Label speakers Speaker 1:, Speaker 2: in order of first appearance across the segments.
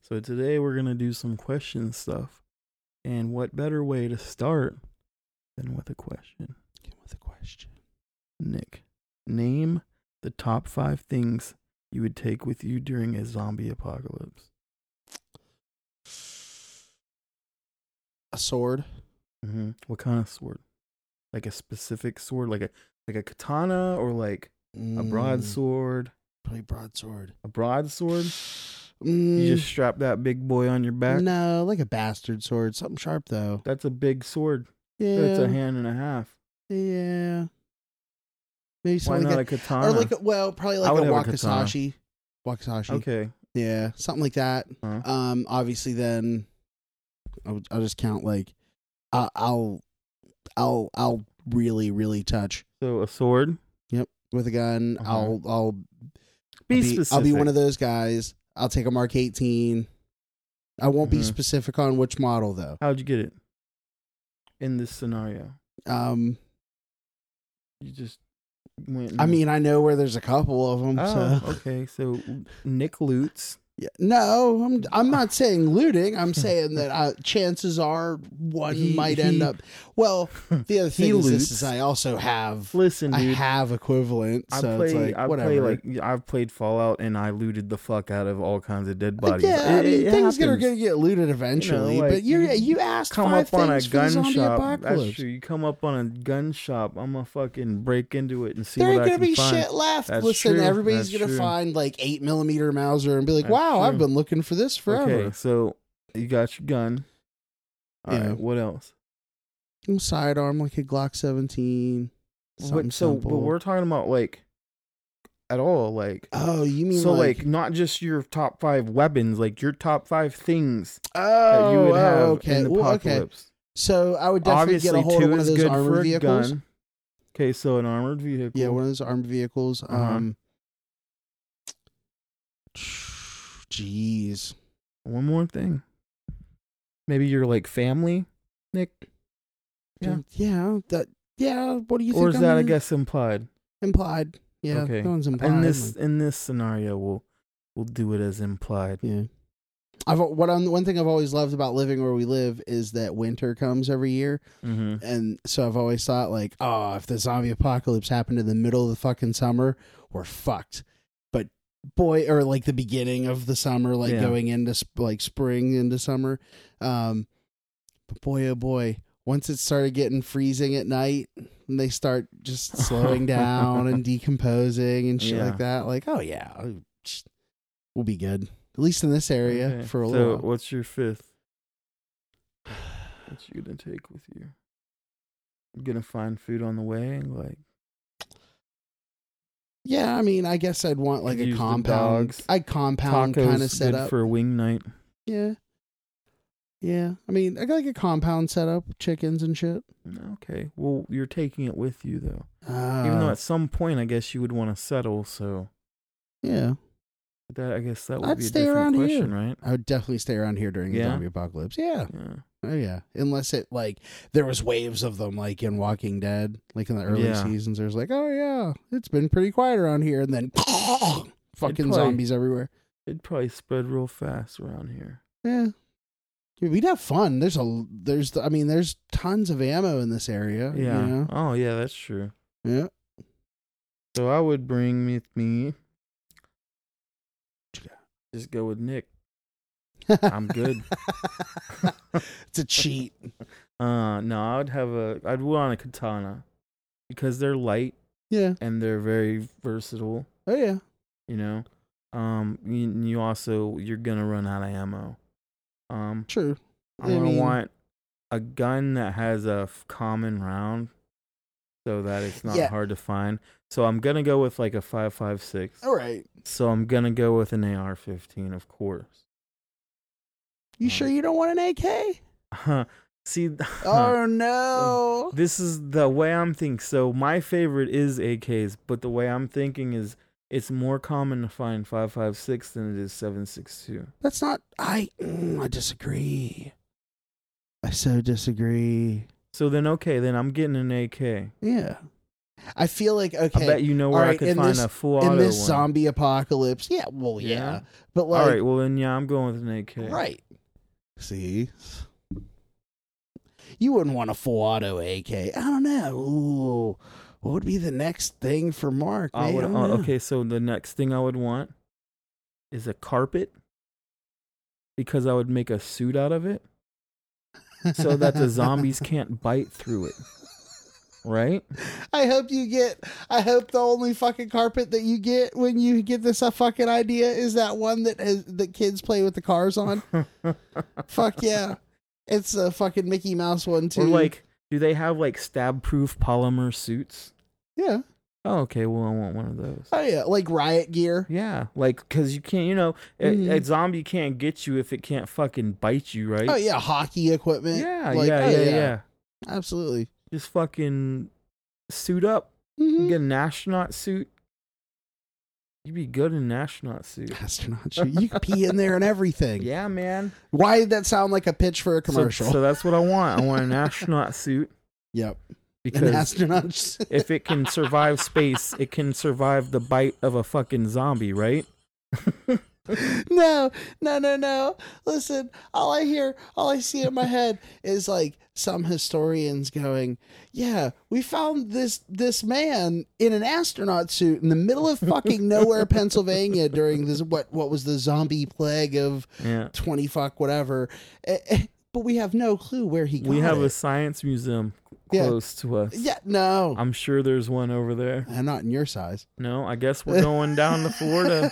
Speaker 1: So today we're going to do some question stuff. And what better way to start than with a question?
Speaker 2: with a question.
Speaker 1: Nick, name the top five things you would take with you during a zombie apocalypse.
Speaker 2: A sword.
Speaker 1: Mm-hmm. What kind of sword? Like a specific sword, like a like a katana, or like a broadsword?
Speaker 2: Mm, Probably broadsword.
Speaker 1: A broadsword?
Speaker 2: Mm,
Speaker 1: You just strap that big boy on your back.
Speaker 2: no, like a bastard sword. Something sharp though.
Speaker 1: That's a big sword.
Speaker 2: Yeah.
Speaker 1: That's a hand and a half.
Speaker 2: Yeah. Maybe
Speaker 1: Why
Speaker 2: something
Speaker 1: not
Speaker 2: like
Speaker 1: a
Speaker 2: that.
Speaker 1: katana?
Speaker 2: or like a, well, probably like
Speaker 1: I would
Speaker 2: a
Speaker 1: have a katana.
Speaker 2: wakizashi. Wakizashi.
Speaker 1: okay. Uh-huh.
Speaker 2: Yeah, something like that.
Speaker 1: Huh.
Speaker 2: Um, obviously, then I would, I'll just count like I I'll I'll I'll really really touch
Speaker 1: So a sword.
Speaker 2: with a gun.
Speaker 1: Uh-huh.
Speaker 2: I'll I'll
Speaker 1: Be,
Speaker 2: I'll
Speaker 1: specific.
Speaker 2: I'll be one of those guys. I'll take a Mark 18. I won't be
Speaker 1: Mhm.
Speaker 2: specific on which model though.
Speaker 1: How'd you get it? In this scenario,
Speaker 2: Um,
Speaker 1: you just went.
Speaker 2: I
Speaker 1: and-
Speaker 2: mean, I know where there's a couple of them.
Speaker 1: Mm-hmm. Oh,
Speaker 2: so.
Speaker 1: okay. So Nick Lutz.
Speaker 2: Yeah. No, I'm I'm not saying looting. I'm saying that uh, chances are one
Speaker 1: He-
Speaker 2: might end
Speaker 1: he-
Speaker 2: up. Well, the other
Speaker 1: He
Speaker 2: thing is, this
Speaker 1: loots.
Speaker 2: is I also have
Speaker 1: Listen,
Speaker 2: I
Speaker 1: dude.
Speaker 2: have equivalent,
Speaker 1: I
Speaker 2: so it's
Speaker 1: play.
Speaker 2: like
Speaker 1: I
Speaker 2: whatever.
Speaker 1: play like I've played Fallout, and I looted the fuck out of all kinds of dead bodies.
Speaker 2: Uh, yeah, I
Speaker 1: It-
Speaker 2: mean,
Speaker 1: it
Speaker 2: things that are
Speaker 1: happens.
Speaker 2: gonna get looted eventually,
Speaker 1: like,
Speaker 2: but you
Speaker 1: you
Speaker 2: you asked
Speaker 1: Come
Speaker 2: five
Speaker 1: up on a
Speaker 2: things for the
Speaker 1: gun
Speaker 2: zombie
Speaker 1: shop. That's
Speaker 2: apocalypse.
Speaker 1: true. You come up on a gun shop. I'm gonna fucking break into it and see
Speaker 2: There
Speaker 1: what
Speaker 2: ain't
Speaker 1: I
Speaker 2: gonna
Speaker 1: can
Speaker 2: be
Speaker 1: find.
Speaker 2: shit left.
Speaker 1: That's
Speaker 2: Listen,
Speaker 1: true.
Speaker 2: everybody's
Speaker 1: That's
Speaker 2: gonna
Speaker 1: true.
Speaker 2: find like eight millimeter Mauser and be like,
Speaker 1: That's
Speaker 2: "Wow, I've
Speaker 1: true.
Speaker 2: been looking for this forever."
Speaker 1: Okay, so you got your gun. All right.
Speaker 2: Yeah.
Speaker 1: What else?
Speaker 2: Some Sidearm like a Glock seventeen. Something
Speaker 1: What, so, but
Speaker 2: simple.
Speaker 1: we're talking about like at all, like
Speaker 2: oh, you mean
Speaker 1: so,
Speaker 2: like,
Speaker 1: like, not just your top five weapons, like your top five things
Speaker 2: oh,
Speaker 1: that you would
Speaker 2: oh,
Speaker 1: have
Speaker 2: okay,
Speaker 1: in the
Speaker 2: well,
Speaker 1: apocalypse.
Speaker 2: okay. So I would definitely
Speaker 1: Obviously,
Speaker 2: get a hold
Speaker 1: two
Speaker 2: of one
Speaker 1: is
Speaker 2: of those
Speaker 1: good for
Speaker 2: armored
Speaker 1: a
Speaker 2: vehicles.
Speaker 1: gun. Okay, so an armored vehicle.
Speaker 2: Yeah, one of those armored vehicles.
Speaker 1: Uh-huh.
Speaker 2: Um, jeez,
Speaker 1: One more thing. Maybe your like family, Nick, Yeah.
Speaker 2: yeah, that, yeah. What do you think?
Speaker 1: or is
Speaker 2: I'm
Speaker 1: that I
Speaker 2: gonna-
Speaker 1: guess implied?
Speaker 2: implied? Yeah,
Speaker 1: Okay.
Speaker 2: that one's implied.
Speaker 1: In this in this scenario, we'll we'll do it as implied.
Speaker 2: yeah. I've what I'm, one thing I've always loved about living where we live is that winter comes every year,
Speaker 1: Mm-hmm.
Speaker 2: and so I've always thought like, oh, if the zombie apocalypse happened in the middle of the fucking summer, we're fucked. But boy, or like the beginning of the summer, like
Speaker 1: Yeah.
Speaker 2: going into sp- like spring into summer. Um, but boy, oh boy, once it started getting freezing at night, and they start just slowing down and decomposing and shit
Speaker 1: Yeah.
Speaker 2: like that. Like, oh yeah, I- psh, we'll be good. At least in this area for a
Speaker 1: so
Speaker 2: little. while.
Speaker 1: what's your fifth? What you gonna take with you? You gonna find food on the way, like
Speaker 2: Yeah, I mean, I guess I'd want like
Speaker 1: Could
Speaker 2: a
Speaker 1: use the
Speaker 2: compound.
Speaker 1: dogs.
Speaker 2: I compound
Speaker 1: tacos,
Speaker 2: kind of set
Speaker 1: good
Speaker 2: up.
Speaker 1: for a wing night.
Speaker 2: Yeah. Yeah. I mean, I got like a compound setup, chickens and shit.
Speaker 1: Mm, Okay, well you're taking it with you though,
Speaker 2: Uh,
Speaker 1: even though at some point I guess you would want to settle. So
Speaker 2: yeah,
Speaker 1: that I guess that would
Speaker 2: I'd
Speaker 1: be a
Speaker 2: stay
Speaker 1: different
Speaker 2: around here.
Speaker 1: question, right?
Speaker 2: I would definitely stay around here during
Speaker 1: Yeah?
Speaker 2: the zombie apocalypse. Yeah.
Speaker 1: Yeah.
Speaker 2: Oh yeah. Unless it like there was waves of them like in Walking Dead, like in the early
Speaker 1: Yeah.
Speaker 2: seasons. There's like, oh yeah, it's been pretty quiet around here, and then fucking
Speaker 1: probably-
Speaker 2: zombies everywhere.
Speaker 1: It'd probably spread real fast around here.
Speaker 2: Yeah. Dude, we'd have fun. There's a there's I mean there's tons of ammo in this area. you
Speaker 1: Yeah.
Speaker 2: know?
Speaker 1: Oh yeah, that's true.
Speaker 2: Yeah.
Speaker 1: So I would bring with me.
Speaker 2: What you
Speaker 1: Just go with Nick. I'm good.
Speaker 2: it's a cheat.
Speaker 1: Uh, no, I would have a. I'd want a katana because they're light
Speaker 2: Yeah.
Speaker 1: and they're very versatile.
Speaker 2: Oh yeah.
Speaker 1: You know, um, you, you also you're gonna run out of ammo. Um,
Speaker 2: True.
Speaker 1: I'm gonna
Speaker 2: mean-
Speaker 1: want a gun that has a f- common round, so that it's not
Speaker 2: Yeah.
Speaker 1: hard to find. So I'm gonna go with like a five five six.
Speaker 2: All right.
Speaker 1: So I'm gonna go with an AR-15, of course.
Speaker 2: You sure you don't want an AK?
Speaker 1: See,
Speaker 2: Oh no.
Speaker 1: this is the way I'm thinking. So my favorite is AKs, but the way I'm thinking is it's more common to find 5.56 than it is 7.62.
Speaker 2: That's not I mm, I disagree. I so disagree.
Speaker 1: So then, okay, then I'm getting an AK.
Speaker 2: Yeah. I feel like okay.
Speaker 1: I bet you know where I
Speaker 2: alright,
Speaker 1: could
Speaker 2: in
Speaker 1: find
Speaker 2: this-
Speaker 1: a full auto
Speaker 2: in this
Speaker 1: one.
Speaker 2: zombie apocalypse, yeah, well, Oh, yeah,
Speaker 1: Yeah?
Speaker 2: but
Speaker 1: All
Speaker 2: like,
Speaker 1: right, well then yeah, I'm going with an AK.
Speaker 2: right? See, you wouldn't want a full auto AK. I don't know. Ooh, what would be the next thing for Mark?
Speaker 1: I
Speaker 2: man?
Speaker 1: would,
Speaker 2: I don't
Speaker 1: uh,
Speaker 2: know.
Speaker 1: okay, so the next thing I would want is a carpet because I would make a suit out of it so that the zombies can't bite through it. Right?
Speaker 2: I hope you get. I hope the only fucking carpet that you get when you get this uh, fucking idea is that one that has, that kids play with the cars on. Fuck yeah, it's a fucking Mickey Mouse one too.
Speaker 1: Or like, do they have like stab-proof polymer suits?
Speaker 2: yeah,
Speaker 1: Oh, okay. Well, I want one of those.
Speaker 2: oh yeah, like riot gear.
Speaker 1: Yeah, like because you can't, you know, a, a
Speaker 2: Mhm.
Speaker 1: zombie can't get you if it can't fucking bite you, right?
Speaker 2: Oh yeah, hockey equipment.
Speaker 1: yeah,
Speaker 2: Like,
Speaker 1: yeah,
Speaker 2: oh,
Speaker 1: yeah,
Speaker 2: yeah.
Speaker 1: yeah.
Speaker 2: absolutely.
Speaker 1: Just fucking suit up.
Speaker 2: Mhm.
Speaker 1: Get an astronaut suit. You'd be good in an astronaut suit.
Speaker 2: Astronaut shoe. You can pee in there and everything.
Speaker 1: Yeah, man.
Speaker 2: Why did that sound like a pitch for a
Speaker 1: So-
Speaker 2: commercial?
Speaker 1: So, that's what I want. I want an astronaut suit
Speaker 2: yep. An
Speaker 1: because
Speaker 2: astronaut. shoe.
Speaker 1: if it can survive space, it can survive the bite of a fucking zombie, right?
Speaker 2: no, no, no, no. Listen, all I hear, all I see in my head is like some historians going, "Yeah, we found this this man in an astronaut suit in the middle of fucking nowhere, Pennsylvania, during this what what was the zombie plague of
Speaker 1: Yeah.
Speaker 2: twenty fuck whatever." Eh, eh, But we have no clue where he. Got
Speaker 1: We have a
Speaker 2: it.
Speaker 1: science museum
Speaker 2: Yeah.
Speaker 1: close to us.
Speaker 2: yeah, no,
Speaker 1: I'm sure there's one over there.
Speaker 2: I'm not in your size.
Speaker 1: No, I guess we're going down to Florida,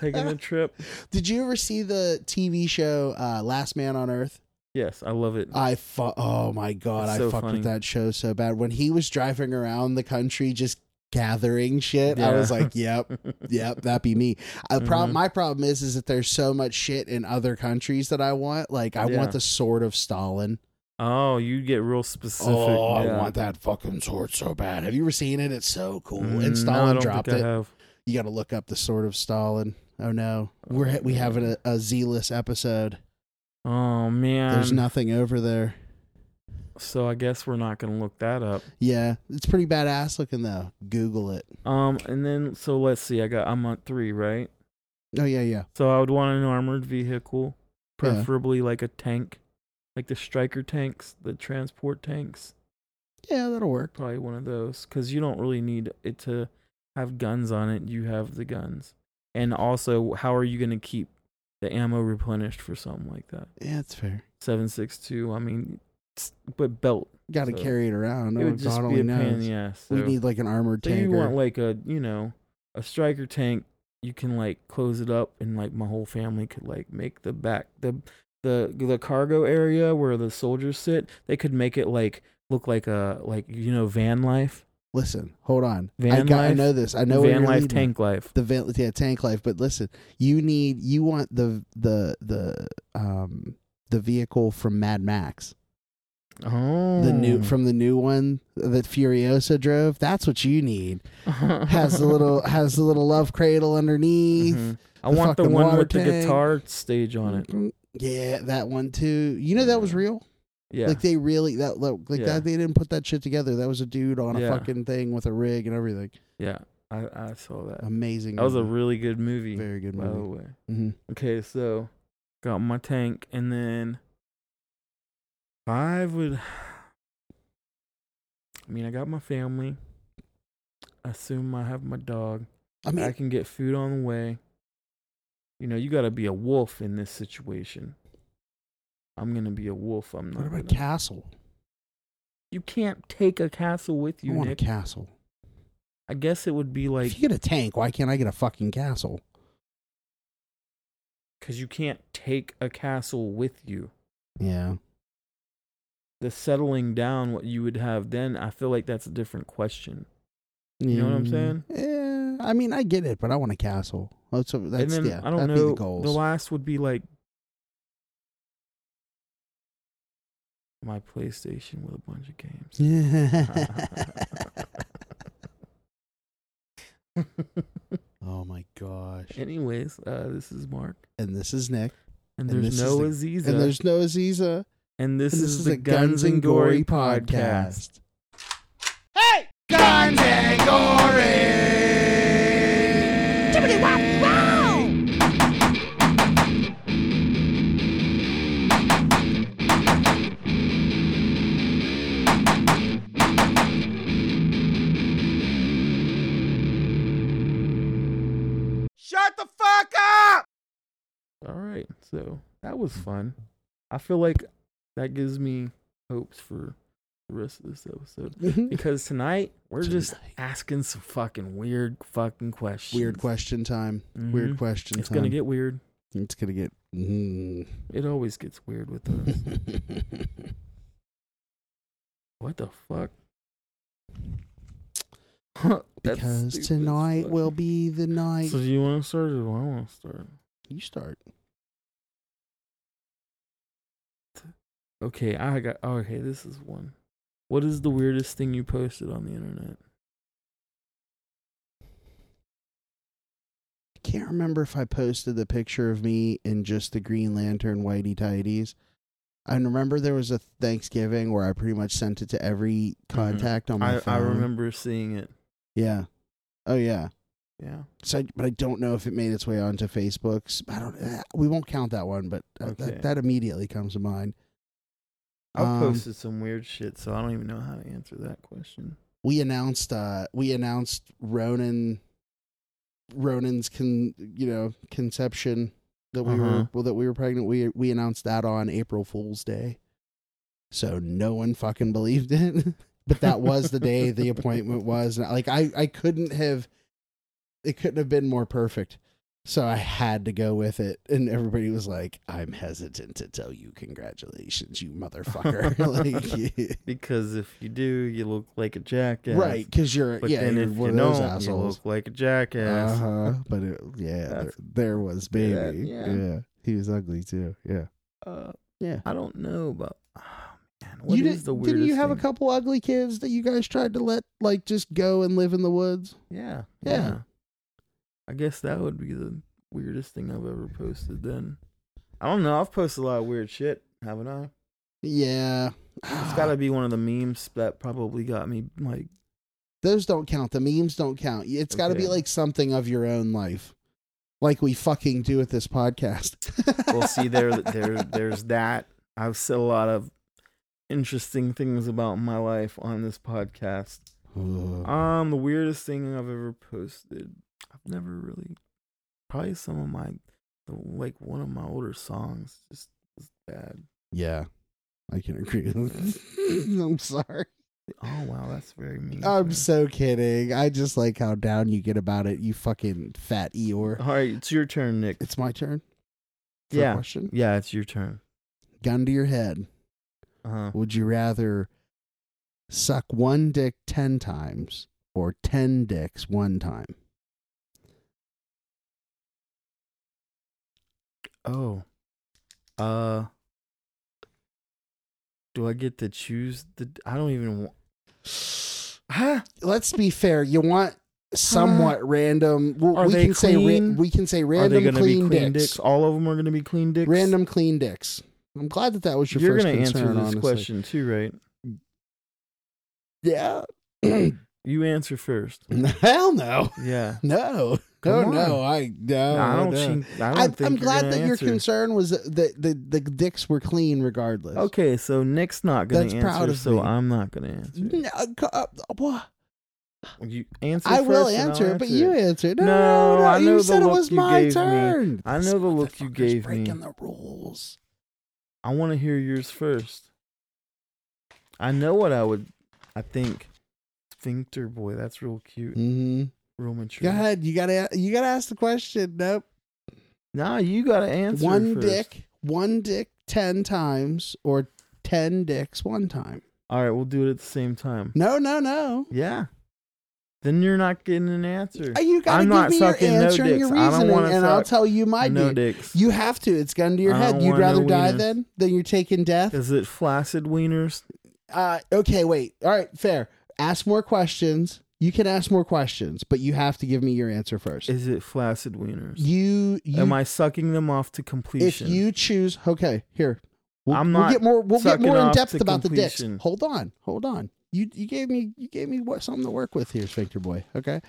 Speaker 1: taking a trip.
Speaker 2: Did you ever see the TV show uh, Last Man on Earth?
Speaker 1: Yes, I love it.
Speaker 2: I fu- oh my god,
Speaker 1: It's
Speaker 2: I
Speaker 1: so
Speaker 2: fucked
Speaker 1: funny.
Speaker 2: with that show so bad. When he was driving around the country just gathering shit, I
Speaker 1: Yeah. Mm-hmm.
Speaker 2: was like, "Yep, yep, that be me." Uh, prob- My problem is, is that there's so much shit in other countries that I want. Like, I
Speaker 1: Yeah.
Speaker 2: want the sword of Stalin.
Speaker 1: Oh, you get real specific.
Speaker 2: oh,
Speaker 1: yeah.
Speaker 2: I want that fucking sword so bad. Have you ever seen it? It's so cool.
Speaker 1: Mm,
Speaker 2: and
Speaker 1: no,
Speaker 2: Stalin
Speaker 1: I don't
Speaker 2: dropped
Speaker 1: think
Speaker 2: it.
Speaker 1: I have.
Speaker 2: You got to look up the sword of Stalin. Oh no, we're
Speaker 1: Okay.
Speaker 2: we have a, a Z-list episode.
Speaker 1: Oh man.
Speaker 2: There's nothing over there.
Speaker 1: so I guess we're not gonna look that up.
Speaker 2: Yeah, it's pretty badass looking though. Google it.
Speaker 1: Um, and then so let's see. I got I'm on three, right?
Speaker 2: Oh yeah, yeah.
Speaker 1: So I would want an armored vehicle, preferably like a tank, like the striker tanks, the transport tanks.
Speaker 2: Yeah, that'll work.
Speaker 1: Probably one of those, because you don't really need it to have guns on it. You have the guns, and also how are you gonna keep the ammo replenished for something like that?
Speaker 2: Yeah, it's fair.
Speaker 1: Seven six two. I mean, it's- but belt.
Speaker 2: Got to
Speaker 1: So,
Speaker 2: carry it around.
Speaker 1: it
Speaker 2: No
Speaker 1: would
Speaker 2: one
Speaker 1: just
Speaker 2: God
Speaker 1: be
Speaker 2: only
Speaker 1: a pain in
Speaker 2: knows.
Speaker 1: the ass.
Speaker 2: We
Speaker 1: so-
Speaker 2: need like an armored
Speaker 1: So
Speaker 2: tanker.
Speaker 1: you want like a you know a striker tank? You can like close it up, and like my whole family could like make the back the the the cargo area where the soldiers sit. They could make it like look like a like you know van life,
Speaker 2: listen, hold on. I,
Speaker 1: Van
Speaker 2: got, I
Speaker 1: life-
Speaker 2: know this. I know where
Speaker 1: van
Speaker 2: you're
Speaker 1: life,
Speaker 2: leading.
Speaker 1: tank life.
Speaker 2: The van, yeah, tank life. But listen, you need you want the the the um the vehicle from Mad Max,
Speaker 1: Oh,
Speaker 2: the new from the new one that Furiosa drove. That's what you need. Has the little has the little love cradle underneath.
Speaker 1: Mhm. I
Speaker 2: the
Speaker 1: want the
Speaker 2: fucking
Speaker 1: one
Speaker 2: water
Speaker 1: with the
Speaker 2: tank.
Speaker 1: guitar stage on it.
Speaker 2: Mm, Yeah, that one too. You know that was real.
Speaker 1: Yeah,
Speaker 2: Like they really that like like
Speaker 1: Yeah.
Speaker 2: that they didn't put that shit together. That was a dude on a
Speaker 1: Yeah.
Speaker 2: fucking thing with a rig and everything.
Speaker 1: yeah. I I saw that.
Speaker 2: Amazing.
Speaker 1: That was a
Speaker 2: movie.
Speaker 1: really good movie.
Speaker 2: very good
Speaker 1: by the
Speaker 2: movie.
Speaker 1: way.
Speaker 2: Mhm.
Speaker 1: Okay, so got my tank, and then five would. I mean, I got my family. I assume I have my dog.
Speaker 2: I mean,
Speaker 1: I can get food on the way. You know, you got to be a wolf in this situation. I'm gonna be a wolf. I'm not.
Speaker 2: what about
Speaker 1: gonna-
Speaker 2: Castle?
Speaker 1: you can't take a castle with
Speaker 2: You
Speaker 1: you,
Speaker 2: want
Speaker 1: Nick.
Speaker 2: a castle?
Speaker 1: I guess it would be like
Speaker 2: if you get a tank, why can't I get a fucking castle?
Speaker 1: because you can't take a castle with you.
Speaker 2: Yeah.
Speaker 1: The settling down, what you would have then, I feel like that's a different question. You know what I'm saying?
Speaker 2: Mm. Yeah. I mean, I get it, but I want a castle. That's a, that's
Speaker 1: and then
Speaker 2: yeah.
Speaker 1: I don't
Speaker 2: that'd
Speaker 1: know.
Speaker 2: be the goals.
Speaker 1: last would be like my PlayStation with a bunch of games.
Speaker 2: oh my gosh.
Speaker 1: Anyways, uh, this is Mark,
Speaker 2: And this is Nick.
Speaker 1: and,
Speaker 2: And
Speaker 1: there's
Speaker 2: this is
Speaker 1: no
Speaker 2: the-
Speaker 1: Aziza,
Speaker 2: And there's no Aziza.
Speaker 1: and this,
Speaker 2: And
Speaker 1: is, the Guns and Gory podcast.
Speaker 2: podcast. Hey, guys!
Speaker 3: guns and gory. Jibbity wop, wow! Shut the fuck up!
Speaker 1: All right. So that was fun. I feel like that gives me hopes for the rest of this episode because tonight we're just
Speaker 2: Tonight.
Speaker 1: asking some fucking weird fucking questions.
Speaker 2: Weird question time. Weird
Speaker 1: Mhm.
Speaker 2: question
Speaker 1: It's
Speaker 2: time.
Speaker 1: going to get weird.
Speaker 2: It's gonna get. Mm.
Speaker 1: It always gets weird with us. what the fuck? Huh, that's
Speaker 2: because
Speaker 1: stupid as
Speaker 2: tonight
Speaker 1: fuck.
Speaker 2: will be the night.
Speaker 1: So do you want to start or do I want to start?
Speaker 2: you start.
Speaker 1: Okay, I got. Okay, this is one. What is the weirdest thing you posted on the internet?
Speaker 2: I can't remember if I posted the picture of me in just the Green Lantern whitey tidies. I remember there was a Thanksgiving where I pretty much sent it to every contact on my
Speaker 1: Mm-hmm. I,
Speaker 2: phone.
Speaker 1: I remember seeing it.
Speaker 2: Yeah. Oh yeah.
Speaker 1: Yeah.
Speaker 2: So, I- but I don't know if it made its way onto Facebook's. I don't. eh, We won't count that one, but that-
Speaker 1: Okay.
Speaker 2: that, that immediately comes to mind.
Speaker 1: I've
Speaker 2: Um,
Speaker 1: posted some weird shit, so I don't even know how to answer that question.
Speaker 2: we announced uh we announced Ronan Ronan's con you know conception that we
Speaker 1: Uh-huh.
Speaker 2: were well, that we were pregnant. We we announced that on April Fool's Day, so no one fucking believed it. but that was the day the appointment was. And, Like I I couldn't have it couldn't have been more perfect. So I had to go with it, and everybody was like, "I'm hesitant to tell you congratulations, you motherfucker." like,
Speaker 1: Because if you do, you look like a jackass.
Speaker 2: Right, because you're
Speaker 1: But
Speaker 2: yeah,
Speaker 1: then
Speaker 2: you're
Speaker 1: if
Speaker 2: one
Speaker 1: you
Speaker 2: of those
Speaker 1: don't, you
Speaker 2: assholes.
Speaker 1: look like a jackass.
Speaker 2: Uh-huh. But it, yeah, there,
Speaker 1: That's-
Speaker 2: there was
Speaker 1: Yeah,
Speaker 2: baby.
Speaker 1: that-
Speaker 2: yeah.
Speaker 1: yeah.
Speaker 2: he was ugly too. Yeah,
Speaker 1: Uh,
Speaker 2: yeah.
Speaker 1: I don't know, but oh, man, what is
Speaker 2: you did,
Speaker 1: the weirdest?
Speaker 2: didn't you have
Speaker 1: thing?
Speaker 2: a couple ugly kids that you guys tried to let like just go and live in the woods?
Speaker 1: Yeah,
Speaker 2: Yeah.
Speaker 1: I guess that would be the weirdest thing I've ever posted. Then I don't know. I've posted a lot of weird shit, haven't I?
Speaker 2: Yeah,
Speaker 1: It's got to be one of the memes that probably got me like.
Speaker 2: those don't count. The memes don't count. It's got to be
Speaker 1: Okay.
Speaker 2: like something of your own life, like we fucking do with this podcast.
Speaker 1: Well, see, there, there, there's that. I've said a lot of interesting things about my life on this podcast. Um, the weirdest thing I've ever posted. I've never really. Probably some of my, like one of my older songs just was bad.
Speaker 2: yeah, I can agree. I'm sorry.
Speaker 1: Oh wow, that's very mean.
Speaker 2: I'm
Speaker 1: Frank.
Speaker 2: so kidding. I just like how down you get about it, you fucking fat Eeyore.
Speaker 1: All right, it's your turn, Nick.
Speaker 2: It's my turn. for a
Speaker 1: Yeah,
Speaker 2: Question.
Speaker 1: yeah, it's your turn.
Speaker 2: Gun to your head.
Speaker 1: Uh huh.
Speaker 2: Would you rather suck one dick 10 times or 10 dicks one time?
Speaker 1: Oh, uh, do I get to choose the? I don't even. want... Huh?
Speaker 2: Let's be fair. You want somewhat random. Well,
Speaker 1: Are
Speaker 2: we
Speaker 1: they
Speaker 2: can say ra-
Speaker 1: clean?
Speaker 2: we can say
Speaker 1: Are they
Speaker 2: random
Speaker 1: gonna
Speaker 2: clean,
Speaker 1: be clean dicks?
Speaker 2: dicks.
Speaker 1: All of them are gonna be clean dicks.
Speaker 2: Random clean dicks. I'm glad that that was your
Speaker 1: You're
Speaker 2: 1st
Speaker 1: gonna
Speaker 2: concern.
Speaker 1: answer this
Speaker 2: honestly.
Speaker 1: question too, right?
Speaker 2: Yeah.
Speaker 1: You answer first.
Speaker 2: Hell no.
Speaker 1: Yeah.
Speaker 2: No.
Speaker 1: Come
Speaker 2: oh no.
Speaker 1: on.
Speaker 2: Oh, I no.
Speaker 1: Nah, I don't.
Speaker 2: no.
Speaker 1: think- I don't
Speaker 2: I,
Speaker 1: think
Speaker 2: I'm
Speaker 1: you're
Speaker 2: glad
Speaker 1: gonna
Speaker 2: that your
Speaker 1: answer.
Speaker 2: concern was that the, the dicks were clean regardless.
Speaker 1: Okay, so Nick's not gonna
Speaker 2: That's
Speaker 1: answer,
Speaker 2: proud of
Speaker 1: so
Speaker 2: me.
Speaker 1: I'm not gonna answer.
Speaker 2: No, c- uh, wha-
Speaker 1: You answer.
Speaker 2: I
Speaker 1: first
Speaker 2: will
Speaker 1: and I'll
Speaker 2: answer it, but
Speaker 1: answer
Speaker 2: you
Speaker 1: it.
Speaker 2: answered. No,
Speaker 1: No,
Speaker 2: no, no,
Speaker 1: I
Speaker 2: you
Speaker 1: know the
Speaker 2: said it
Speaker 1: look
Speaker 2: was
Speaker 1: you
Speaker 2: my
Speaker 1: gave me.
Speaker 2: turn.
Speaker 1: I
Speaker 2: This
Speaker 1: know the look you
Speaker 2: motherfucker's
Speaker 1: gave me.
Speaker 2: breaking the rules.
Speaker 1: I want to hear yours first. I know what I would. I think sphincter boy. That's real cute.
Speaker 2: Mm-hmm.
Speaker 1: Real mature.
Speaker 2: Go ahead. You gotta. You gotta ask the question. Nope.
Speaker 1: Nah, you gotta answer.
Speaker 2: one
Speaker 1: first.
Speaker 2: dick. One dick ten times or ten dicks one time.
Speaker 1: All right, we'll do it at the same time.
Speaker 2: No, no, no.
Speaker 1: Yeah. Then you're not getting an answer.
Speaker 2: Uh, You gotta
Speaker 1: I'm
Speaker 2: give
Speaker 1: not
Speaker 2: me your
Speaker 1: sucking no
Speaker 2: answer and your
Speaker 1: dicks. I don't
Speaker 2: reasoning,
Speaker 1: wanna
Speaker 2: and I'll
Speaker 1: suck
Speaker 2: tell you my
Speaker 1: no
Speaker 2: dick.
Speaker 1: dicks.
Speaker 2: You have to. It's gun to your
Speaker 1: I
Speaker 2: head.
Speaker 1: don't
Speaker 2: You'd
Speaker 1: wanna
Speaker 2: rather
Speaker 1: know
Speaker 2: die
Speaker 1: wieners.
Speaker 2: than than you're taking death.
Speaker 1: Is it flaccid wieners?
Speaker 2: Uh, okay, wait. All right, fair. Ask more questions. You can ask more questions, but you have to give me your answer first.
Speaker 1: Is it flaccid wieners?
Speaker 2: you, you
Speaker 1: Am I sucking them off to
Speaker 2: if
Speaker 1: completion?
Speaker 2: you choose, okay, here. We'll,
Speaker 1: I'm
Speaker 2: we'll
Speaker 1: not
Speaker 2: get more. We'll get
Speaker 1: sucking
Speaker 2: more in
Speaker 1: off
Speaker 2: depth
Speaker 1: to
Speaker 2: about the dicks.
Speaker 1: completion.
Speaker 2: Hold on, hold on. you you gave me you gave me what something to work with here, Sphincter Boy. Okay,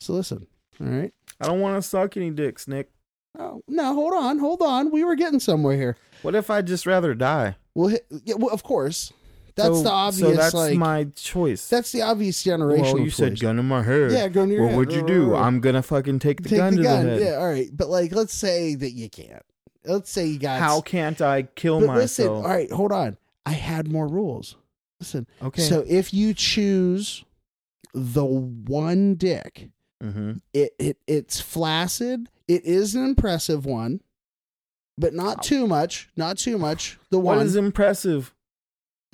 Speaker 2: so listen. All right.
Speaker 1: I don't want to suck any dicks, Nick.
Speaker 2: Oh no, hold on, hold on. We were getting somewhere here.
Speaker 4: What if I'd just rather die?
Speaker 2: Well, hi- yeah, well of course. That's
Speaker 1: So-
Speaker 2: the obvious.
Speaker 1: So that's
Speaker 2: like
Speaker 1: my choice.
Speaker 2: that's the obvious generational.
Speaker 1: well, you said
Speaker 2: choice.
Speaker 1: gun in my head.
Speaker 2: Yeah, go near.
Speaker 1: What would you do? I'm gonna fucking take the
Speaker 2: take
Speaker 1: gun to
Speaker 2: the gun.
Speaker 1: the head.
Speaker 2: Yeah, all right. But like, let's say that you can't. Let's say you got
Speaker 1: How can't I kill
Speaker 2: But listen,
Speaker 1: myself?
Speaker 2: all right, hold on. I had more rules. Listen.
Speaker 1: okay.
Speaker 2: So if you choose the one dick,
Speaker 1: mm-hmm.
Speaker 2: it, it it's flaccid. It is an impressive one, but not too much. Not too much. The
Speaker 1: What
Speaker 2: one.
Speaker 1: is impressive?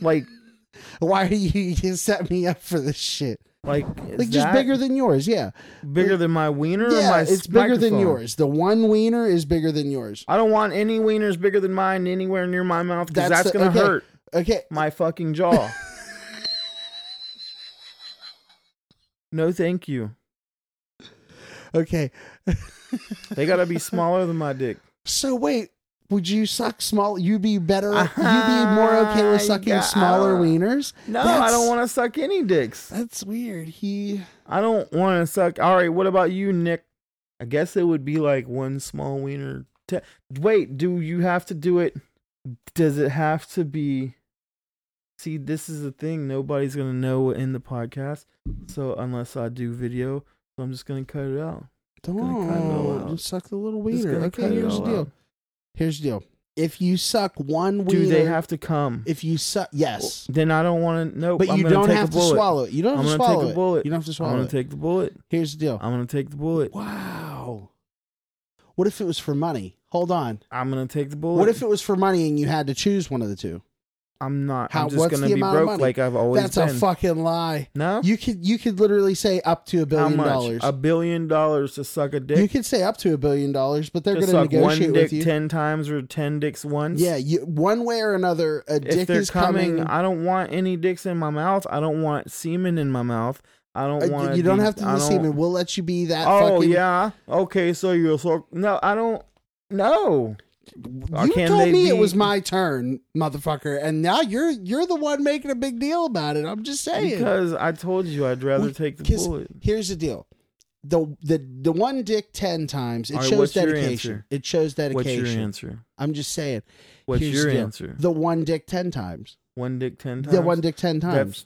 Speaker 1: Like,
Speaker 2: why are you, you set me up for this shit?
Speaker 1: like, is
Speaker 2: Like just
Speaker 1: that
Speaker 2: bigger than yours. Yeah.
Speaker 1: bigger than my wiener? or
Speaker 2: Yeah.
Speaker 1: my
Speaker 2: It's
Speaker 1: s-
Speaker 2: bigger than
Speaker 1: microphone?
Speaker 2: yours. The one wiener is bigger than yours.
Speaker 1: I don't want any wieners bigger than mine anywhere near my mouth because
Speaker 2: That's
Speaker 1: that's,
Speaker 2: the-
Speaker 1: gonna
Speaker 2: okay.
Speaker 1: hurt
Speaker 2: Okay.
Speaker 1: my fucking jaw. no, thank you.
Speaker 2: Okay.
Speaker 1: They gotta be smaller than my dick.
Speaker 2: So wait, would you suck small? You'd be better. You'd be more okay with
Speaker 1: You
Speaker 2: sucking
Speaker 1: got-
Speaker 2: smaller wieners.
Speaker 1: No, I
Speaker 2: That's-
Speaker 1: don't want to suck any dicks.
Speaker 2: That's weird. He.
Speaker 1: I don't want to suck. All right, what about you, Nick? I guess it would be like one small wiener. Te- Wait, do you have to do it? Does it have to be? See, this is the thing. Nobody's gonna know in the podcast, so unless I do video, so I'm just gonna cut it out. gonna cut it all
Speaker 2: Don't
Speaker 1: out.
Speaker 2: just suck the little
Speaker 1: Just
Speaker 2: wiener.
Speaker 1: gonna
Speaker 2: Okay,
Speaker 1: cut it
Speaker 2: here's the
Speaker 1: all
Speaker 2: deal.
Speaker 1: out.
Speaker 2: Here's the deal. If you suck one wiener,
Speaker 1: Do they have to come?
Speaker 2: If you suck, yes,
Speaker 1: Then I don't want to. Nope.
Speaker 2: but
Speaker 1: I'm
Speaker 2: you
Speaker 1: gonna
Speaker 2: don't
Speaker 1: take
Speaker 2: have
Speaker 1: a
Speaker 2: to
Speaker 1: bullet.
Speaker 2: swallow it. You don't have
Speaker 1: I'm
Speaker 2: to
Speaker 1: gonna
Speaker 2: swallow
Speaker 1: take a
Speaker 2: it.
Speaker 1: bullet.
Speaker 2: You don't have to
Speaker 1: I'm
Speaker 2: swallow
Speaker 1: gonna
Speaker 2: it.
Speaker 1: take Uh, the bullet.
Speaker 2: here's the deal.
Speaker 1: I'm gonna take the bullet.
Speaker 2: Wow. What if it was for money? Hold on.
Speaker 1: I'm gonna take the bullet.
Speaker 2: What if it was for money and you had to choose one of the two?
Speaker 1: I'm not?
Speaker 2: How-
Speaker 1: I'm just
Speaker 2: what's
Speaker 1: gonna
Speaker 2: the
Speaker 1: be
Speaker 2: amount of
Speaker 1: broke
Speaker 2: money?
Speaker 1: like I've always
Speaker 2: That's
Speaker 1: been.
Speaker 2: a fucking lie.
Speaker 1: no.
Speaker 2: You could you could literally say up to a
Speaker 1: How
Speaker 2: billion
Speaker 1: much?
Speaker 2: dollars.
Speaker 1: A billion dollars to suck a
Speaker 2: You
Speaker 1: dick.
Speaker 2: could say up to a billion dollars, but they're
Speaker 1: to
Speaker 2: going to
Speaker 1: suck one
Speaker 2: negotiate
Speaker 1: dick
Speaker 2: with you.
Speaker 1: ten times or ten dicks once.
Speaker 2: Yeah, you, one way or another, a
Speaker 1: If
Speaker 2: dick
Speaker 1: they're
Speaker 2: is coming.
Speaker 1: I don't want any dicks in my mouth. I don't want semen in my mouth. I don't
Speaker 2: Uh,
Speaker 1: want.
Speaker 2: you don't have to
Speaker 1: I
Speaker 2: do the
Speaker 1: don't-
Speaker 2: semen. We'll let you be that.
Speaker 1: Oh
Speaker 2: fucking,
Speaker 1: yeah. Okay, so you'll suck. No, I don't. No. Or
Speaker 2: You
Speaker 1: can
Speaker 2: told
Speaker 1: they
Speaker 2: me it
Speaker 1: be-
Speaker 2: was my turn, motherfucker, and now you're you're the one making a big deal about it. I'm just saying.
Speaker 1: Because I told you I'd rather
Speaker 2: We-
Speaker 1: take the
Speaker 2: 'cause
Speaker 1: bullet.
Speaker 2: Here's the deal. The, the the one dick ten times it
Speaker 1: All right,
Speaker 2: shows
Speaker 1: what's your
Speaker 2: dedication.
Speaker 1: answer?
Speaker 2: It shows
Speaker 1: What's
Speaker 2: dedication.
Speaker 1: your answer?
Speaker 2: I'm just saying.
Speaker 1: What's
Speaker 2: Here's
Speaker 1: your
Speaker 2: the deal.
Speaker 1: answer?
Speaker 2: The one dick ten times.
Speaker 1: One dick ten times.
Speaker 2: The one dick ten
Speaker 1: That's
Speaker 2: times.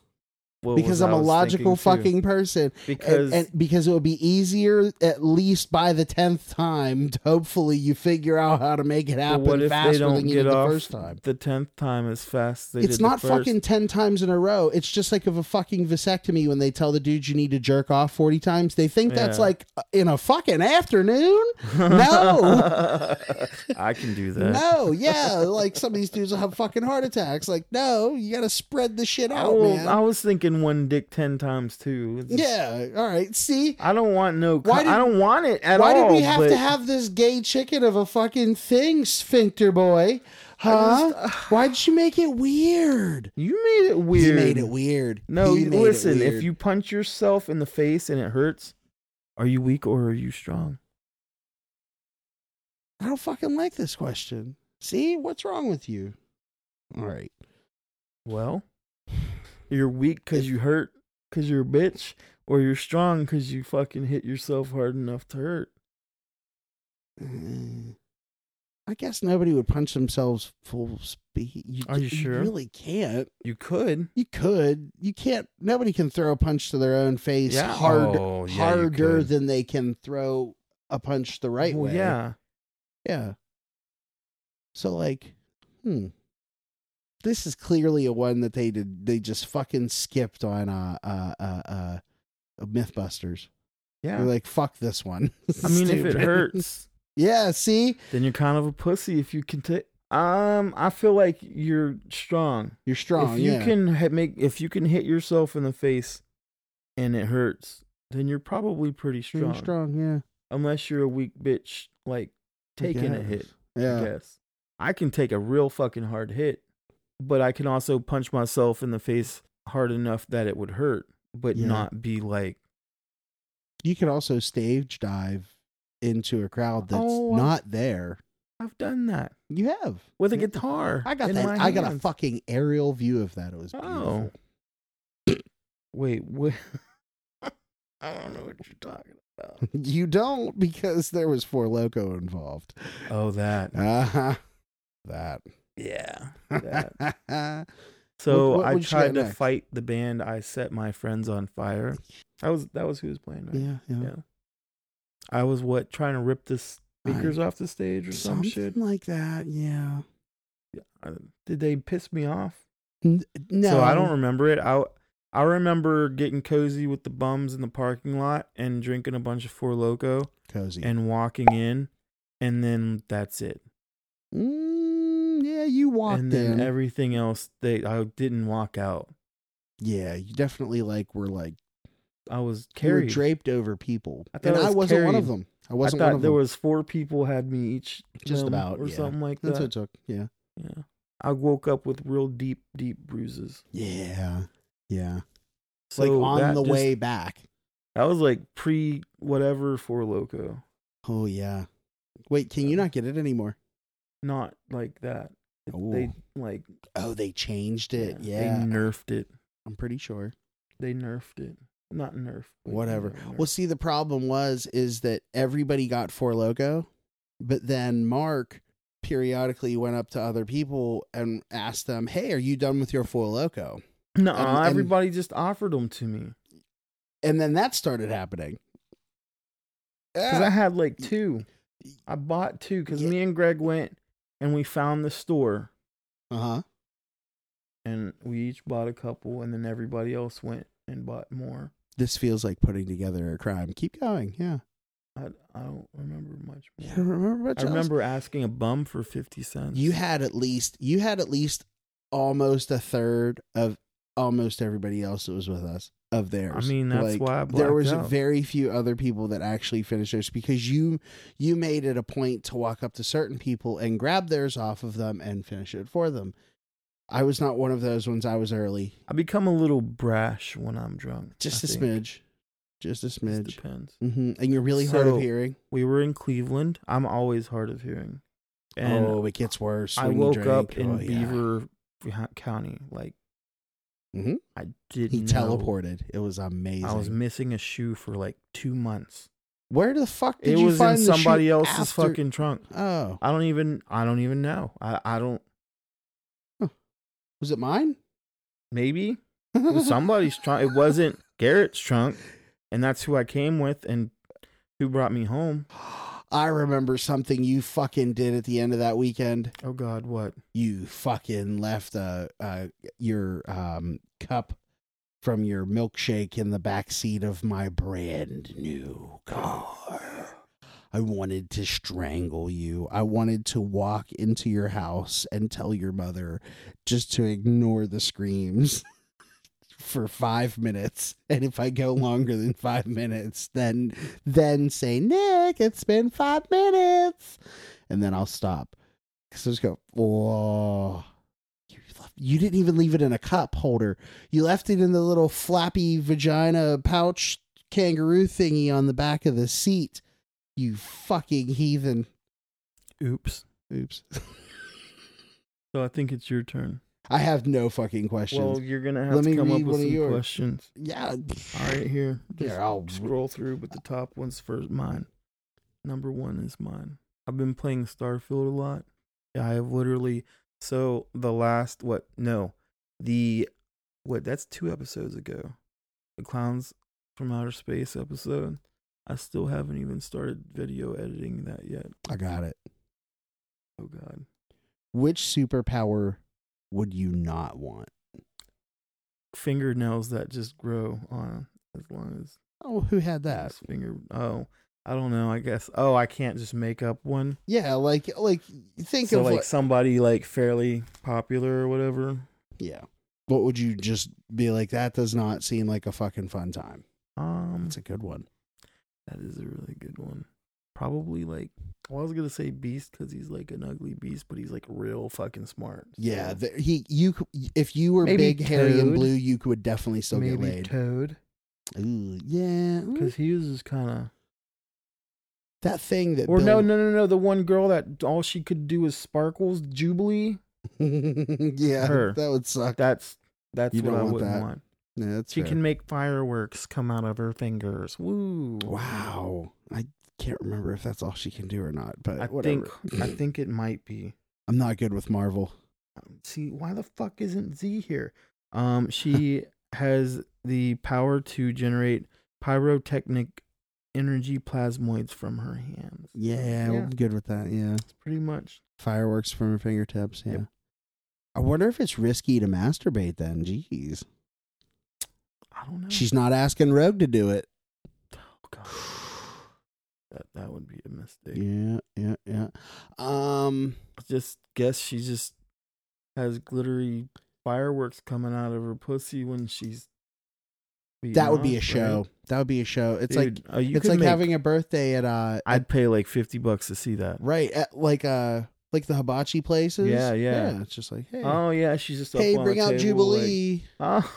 Speaker 1: what was-
Speaker 2: Because
Speaker 1: I
Speaker 2: I'm a
Speaker 1: was
Speaker 2: logical
Speaker 1: thinking,
Speaker 2: fucking person.
Speaker 1: too.
Speaker 2: and,
Speaker 1: Because
Speaker 2: and because it would be easier at least by the tenth time. to- Hopefully, you figure out how to make it
Speaker 1: But
Speaker 2: happen
Speaker 1: what if
Speaker 2: faster
Speaker 1: they don't
Speaker 2: than you
Speaker 1: get
Speaker 2: did
Speaker 1: off
Speaker 2: the first time.
Speaker 1: the tenth time as fast? As they
Speaker 2: It's
Speaker 1: did the
Speaker 2: not
Speaker 1: first?
Speaker 2: fucking ten times in a row. It's just like of a fucking vasectomy when they tell the dude you need to jerk off forty times. They think that's
Speaker 1: Yeah.
Speaker 2: like uh, in a fucking afternoon. No.
Speaker 1: I can do that.
Speaker 2: no, yeah, like some of these dudes will have fucking heart attacks. Like, no, you got to spread the shit
Speaker 1: I,
Speaker 2: out,
Speaker 1: will-
Speaker 2: man.
Speaker 1: I was thinking one dick ten times too. It's-
Speaker 2: yeah, all right. See,
Speaker 1: I don't want no.
Speaker 2: Why
Speaker 1: I
Speaker 2: did-
Speaker 1: don't want it at
Speaker 2: Why
Speaker 1: all.
Speaker 2: did we have
Speaker 1: but
Speaker 2: to have this gay chicken of a fucking thing, sphincter boy? Huh? Why'd you make it weird?
Speaker 1: You made it uh, weird.
Speaker 2: He made it weird.
Speaker 1: No,
Speaker 2: He
Speaker 1: you-
Speaker 2: made it
Speaker 1: listen. If
Speaker 2: weird.
Speaker 1: you punch yourself in the face and it hurts, are you weak or are you strong?
Speaker 2: I don't fucking like this question. See, what's wrong with you? All right.
Speaker 1: Well, you're weak because you hurt because you're a bitch, or you're strong because you fucking hit yourself hard enough to hurt.
Speaker 2: Uh, I guess nobody would punch themselves full speed. You,
Speaker 1: Are you sure?
Speaker 2: really can't.
Speaker 1: You could.
Speaker 2: You could. You can't. Nobody can throw a punch to their own face
Speaker 1: Yeah.
Speaker 2: hard,
Speaker 4: Oh, yeah, you
Speaker 2: harder
Speaker 4: could.
Speaker 2: than they can throw a punch the right
Speaker 1: Well,
Speaker 2: way.
Speaker 1: Yeah.
Speaker 2: Yeah. So like, hmm. This is clearly a one that they did. They just fucking skipped on uh uh uh, uh MythBusters.
Speaker 1: Yeah.
Speaker 2: They're like, fuck this one.
Speaker 1: I mean, if it
Speaker 2: Stupid.
Speaker 1: hurts,
Speaker 2: yeah. See,
Speaker 1: then you're kind of a pussy if you can take. Um, I feel like you're strong.
Speaker 2: you're strong.
Speaker 1: if you
Speaker 2: yeah.
Speaker 1: can hit, make, if you can hit yourself in the face, and it hurts, then you're probably pretty strong.
Speaker 2: You're strong. Yeah.
Speaker 1: Unless you're a weak bitch, like
Speaker 2: I
Speaker 1: taking a
Speaker 2: guess.
Speaker 1: hit. I
Speaker 2: Yeah.
Speaker 1: guess I can take a real fucking hard hit, but I can also punch myself in the face hard enough that it would hurt, but
Speaker 2: Yeah.
Speaker 1: not be like
Speaker 2: You could also stage dive into a crowd that's
Speaker 1: Oh, I-
Speaker 2: not there.
Speaker 1: I've done that
Speaker 2: You have.
Speaker 1: with a guitar.
Speaker 2: I got
Speaker 1: in
Speaker 2: that.
Speaker 1: my
Speaker 2: I got a
Speaker 1: hand.
Speaker 2: fucking aerial view of that. It was beautiful.
Speaker 1: Oh. Wait, what? I don't know what you're talking about.
Speaker 2: you don't because there was four loco involved.
Speaker 1: Oh, that.
Speaker 2: Uh-huh. That.
Speaker 1: Yeah. That.
Speaker 2: What-
Speaker 1: So
Speaker 2: what-
Speaker 1: I
Speaker 2: what'd you
Speaker 1: tried
Speaker 2: got
Speaker 1: to
Speaker 2: next?
Speaker 1: fight the band. I set my friends on fire. That was that was who was playing. Right?
Speaker 2: yeah, yeah.
Speaker 1: Yeah. I was what trying to rip the speakers off the stage or some
Speaker 2: Something
Speaker 1: shit.
Speaker 2: like that. Yeah.
Speaker 1: Uh, Did they piss me off?
Speaker 2: N- No.
Speaker 1: So I don't remember it. I I remember getting cozy with the bums in the parking lot and drinking a bunch of Four Loco
Speaker 2: cozy.
Speaker 1: and walking in, and then that's it.
Speaker 2: Mm, yeah, you walked
Speaker 1: and then
Speaker 2: in.
Speaker 1: everything else, they I didn't walk out.
Speaker 2: yeah, you definitely like were like
Speaker 1: I was
Speaker 2: you were
Speaker 1: carried.
Speaker 2: draped over people,
Speaker 1: I thought
Speaker 2: and
Speaker 1: I
Speaker 2: I
Speaker 1: was
Speaker 2: wasn't one of
Speaker 1: carried.
Speaker 2: them. I
Speaker 1: I
Speaker 2: wasn't one
Speaker 1: thought
Speaker 2: of
Speaker 1: there
Speaker 2: them.
Speaker 1: was four people had me each,
Speaker 2: Just
Speaker 1: limb
Speaker 2: about,
Speaker 1: or
Speaker 2: yeah.
Speaker 1: something like
Speaker 2: That's what it
Speaker 1: that.
Speaker 2: took. Yeah.
Speaker 1: yeah, I woke up with real deep, deep bruises.
Speaker 2: Yeah. Yeah.
Speaker 1: So
Speaker 2: like on
Speaker 1: that
Speaker 2: the
Speaker 1: just-
Speaker 2: way back.
Speaker 1: that was like pre whatever for loco,
Speaker 2: Oh yeah. Wait, can you not get it anymore?
Speaker 1: not like that. It- They like
Speaker 2: Oh, they changed it. Yeah.
Speaker 1: they nerfed it.
Speaker 2: I'm pretty sure.
Speaker 1: They nerfed it. Not nerf. but, you
Speaker 2: Whatever.
Speaker 1: know, nerf.
Speaker 2: Well, see, the problem was is that everybody got four loco, but then Mark periodically went up to other people and asked them, "Hey, are you done with your four loco?"
Speaker 1: no,
Speaker 2: and- and-
Speaker 1: everybody just offered them to me
Speaker 2: And then that started happening.
Speaker 1: because I had like two.
Speaker 2: Y-
Speaker 1: I bought two because
Speaker 2: Yeah.
Speaker 1: me and Greg went and we found the store
Speaker 2: Uh huh.
Speaker 1: and we each bought a couple and then everybody else went and bought more.
Speaker 2: This feels like putting together a crime. Keep going. Yeah.
Speaker 1: I, I don't remember much.
Speaker 2: You
Speaker 1: More.
Speaker 2: don't remember much
Speaker 1: I
Speaker 2: else?
Speaker 1: remember asking a bum for fifty cents.
Speaker 2: you had at least you had at least almost a third of almost everybody else that was with us of theirs.
Speaker 1: I mean, that's
Speaker 2: Like,
Speaker 1: why I
Speaker 2: there
Speaker 1: blacked
Speaker 2: was
Speaker 1: out.
Speaker 2: very few other people that actually finished theirs because you you made it a point to walk up to certain people and grab theirs off of them and finish it for them. I was not one of those ones. I was early,
Speaker 1: I become a little brash when I'm drunk.
Speaker 2: just
Speaker 1: I
Speaker 2: a
Speaker 1: think.
Speaker 2: smidge, just a
Speaker 1: Just
Speaker 2: smidge.
Speaker 1: Depends.
Speaker 2: hmm And you're really hard of
Speaker 1: So-
Speaker 2: hearing.
Speaker 1: We were in Cleveland. I'm always hard of hearing. And
Speaker 2: oh, it gets worse.
Speaker 1: I
Speaker 2: when you
Speaker 1: woke
Speaker 2: drink.
Speaker 1: up in
Speaker 2: Oh, yeah.
Speaker 1: Beaver F- County. Like
Speaker 2: Mhm.
Speaker 1: I didn't.
Speaker 2: He
Speaker 1: know.
Speaker 2: teleported. It was amazing.
Speaker 1: I was missing a shoe for like two months.
Speaker 2: Where the fuck did
Speaker 1: it
Speaker 2: you
Speaker 1: was in
Speaker 2: find the shoe
Speaker 1: somebody else's
Speaker 2: after-
Speaker 1: fucking trunk.
Speaker 2: Oh,
Speaker 1: I don't even. I don't even know. I. I don't.
Speaker 2: was it mine?
Speaker 1: Maybe it was somebody's trunk. It wasn't Garrett's trunk, and that's who I came with and who brought me home.
Speaker 2: I remember something you fucking did at the end of that weekend.
Speaker 1: Oh God, what?
Speaker 2: You fucking left uh, uh your um cup from your milkshake in the back seat of my brand new car. I wanted to strangle you. I wanted to walk into your house and tell your mother just to ignore the screams for 5 minutes. And if I go longer than 5 minutes, then then say, "Nick, it's been 5 minutes." And then I'll stop. Cuz I just go, "Whoa." You left- You didn't even leave it in a cup holder. You left it in the little flappy vagina pouch kangaroo thingy on the back of the seat. You fucking heathen.
Speaker 1: Oops.
Speaker 2: Oops.
Speaker 1: So I think it's your turn.
Speaker 2: I have no fucking questions.
Speaker 1: Well, you're gonna have
Speaker 2: Let
Speaker 1: to
Speaker 2: me
Speaker 1: come up
Speaker 2: read
Speaker 1: with
Speaker 2: one of
Speaker 1: some
Speaker 2: yours.
Speaker 1: questions.
Speaker 2: yeah.
Speaker 1: All right, here. Just
Speaker 2: Here, I'll-
Speaker 1: scroll through, but the top one's first mine. Number one is mine. I've been playing Starfield a lot. I have literally so the last what no the what that's two episodes ago, the clowns from outer space episode. I still haven't even started video editing that yet.
Speaker 2: I got it.
Speaker 1: Oh God,
Speaker 2: Which superpower would you not want?
Speaker 1: fingernails that just grow on as long as
Speaker 2: Oh, who had that?
Speaker 1: this finger. Oh, I don't know. I guess. Oh, I can't just make up one.
Speaker 2: Yeah, like like think
Speaker 1: so
Speaker 2: of
Speaker 1: like
Speaker 2: like
Speaker 1: somebody like fairly popular or whatever.
Speaker 2: yeah. What would you just be like? That does not seem like a fucking fun time.
Speaker 1: Um,
Speaker 2: That's a good one.
Speaker 1: that is a really good one. Probably like well, I was gonna say beast because he's like an ugly beast, but he's like real fucking smart.
Speaker 2: Yeah,
Speaker 1: So,
Speaker 2: the, he you c- if you were
Speaker 1: Maybe
Speaker 2: big, hairy, and
Speaker 1: Toad.
Speaker 2: blue, you would definitely still get
Speaker 1: maybe
Speaker 2: laid.
Speaker 1: Toad
Speaker 2: Ooh, yeah, mm,
Speaker 1: because Mm-hmm. he was just kind of.
Speaker 2: that thing that
Speaker 1: Or no,
Speaker 2: Bill-
Speaker 1: no, no, no. The one girl that all she could do was sparkles, Jubilee.
Speaker 2: yeah,
Speaker 1: Her.
Speaker 2: that would suck.
Speaker 1: That's that's
Speaker 2: You
Speaker 1: what
Speaker 2: don't
Speaker 1: I
Speaker 2: want
Speaker 1: wouldn't
Speaker 2: that.
Speaker 1: want.
Speaker 2: Yeah, that's
Speaker 1: She
Speaker 2: fair.
Speaker 1: can make fireworks come out of her fingers. Woo!
Speaker 2: Wow, I can't remember if that's all she can do or not, but
Speaker 1: I
Speaker 2: whatever.
Speaker 1: think I think it might be.
Speaker 2: I'm not good with Marvel.
Speaker 1: Um, See, why the fuck isn't Z here? Um, she has the power to generate pyrotechnic energy plasmoids from her hands.
Speaker 2: Yeah,
Speaker 1: Yeah.
Speaker 2: I'm good with that. Yeah,
Speaker 1: That's pretty much.
Speaker 2: fireworks from her fingertips. Yeah.
Speaker 1: Yep.
Speaker 2: I wonder if it's risky to masturbate then. Jeez.
Speaker 1: I don't know.
Speaker 2: She's not asking Rogue to do it.
Speaker 1: Oh, God. That that would be a mistake.
Speaker 2: Yeah, yeah, yeah. Um,
Speaker 1: I just guess she just has glittery fireworks coming out of her pussy when she's. beaten
Speaker 2: that would
Speaker 1: off,
Speaker 2: be a
Speaker 1: right?
Speaker 2: show. That would be a show. It's like
Speaker 1: Dude, uh, you
Speaker 2: it's
Speaker 1: could
Speaker 2: like
Speaker 1: make-
Speaker 2: having a birthday at uh at-
Speaker 1: I'd pay like fifty bucks to see that.
Speaker 2: right at like uh like the hibachi places.
Speaker 1: Yeah, yeah.
Speaker 2: It's just like hey,
Speaker 1: Oh yeah, she's just
Speaker 2: hey,
Speaker 1: up on
Speaker 2: bring
Speaker 1: a
Speaker 2: out
Speaker 1: table, like-
Speaker 2: Jubilee.
Speaker 1: oh.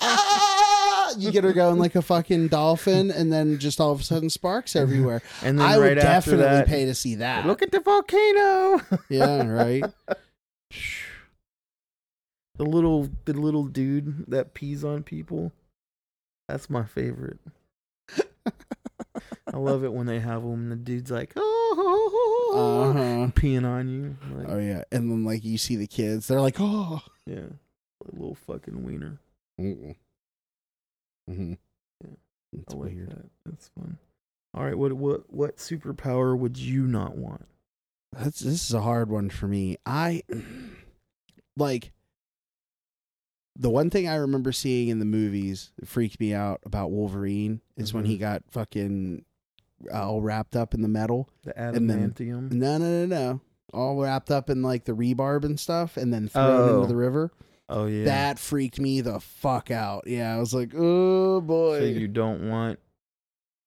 Speaker 2: ah! You get her going like a fucking dolphin, and then just all of a sudden sparks everywhere.
Speaker 1: and then
Speaker 2: I
Speaker 1: right
Speaker 2: would
Speaker 1: after
Speaker 2: definitely
Speaker 1: that,
Speaker 2: pay to see that.
Speaker 1: look at the volcano.
Speaker 2: yeah, right.
Speaker 1: the little the little dude that pees on people. That's my favorite. I love it when they have them. And the dude's like,
Speaker 2: Uh
Speaker 1: oh,
Speaker 2: huh.
Speaker 1: peeing on you. Like,
Speaker 2: Oh yeah, and then like you see the kids, they're like, oh.
Speaker 1: Yeah, like little fucking wiener.
Speaker 2: Mm-mm. Mm-hmm.
Speaker 1: Yeah.
Speaker 2: That's
Speaker 1: I like
Speaker 2: weird.
Speaker 1: that. That's fun. All right, what what what superpower would you not want?
Speaker 2: That's this is a hard one for me. I like the one thing I remember seeing in the movies that freaked me out about Wolverine is when
Speaker 1: Mhm.
Speaker 2: he got fucking uh, all wrapped up in the metal.
Speaker 1: The
Speaker 2: And then-
Speaker 1: adamantium.
Speaker 2: No, no, no, no. All wrapped up in like the rebarb and stuff, and then thrown
Speaker 1: Oh.
Speaker 2: into the river.
Speaker 1: oh yeah.
Speaker 2: That freaked me the fuck out. Yeah, I was like, oh boy,
Speaker 1: so you don't want.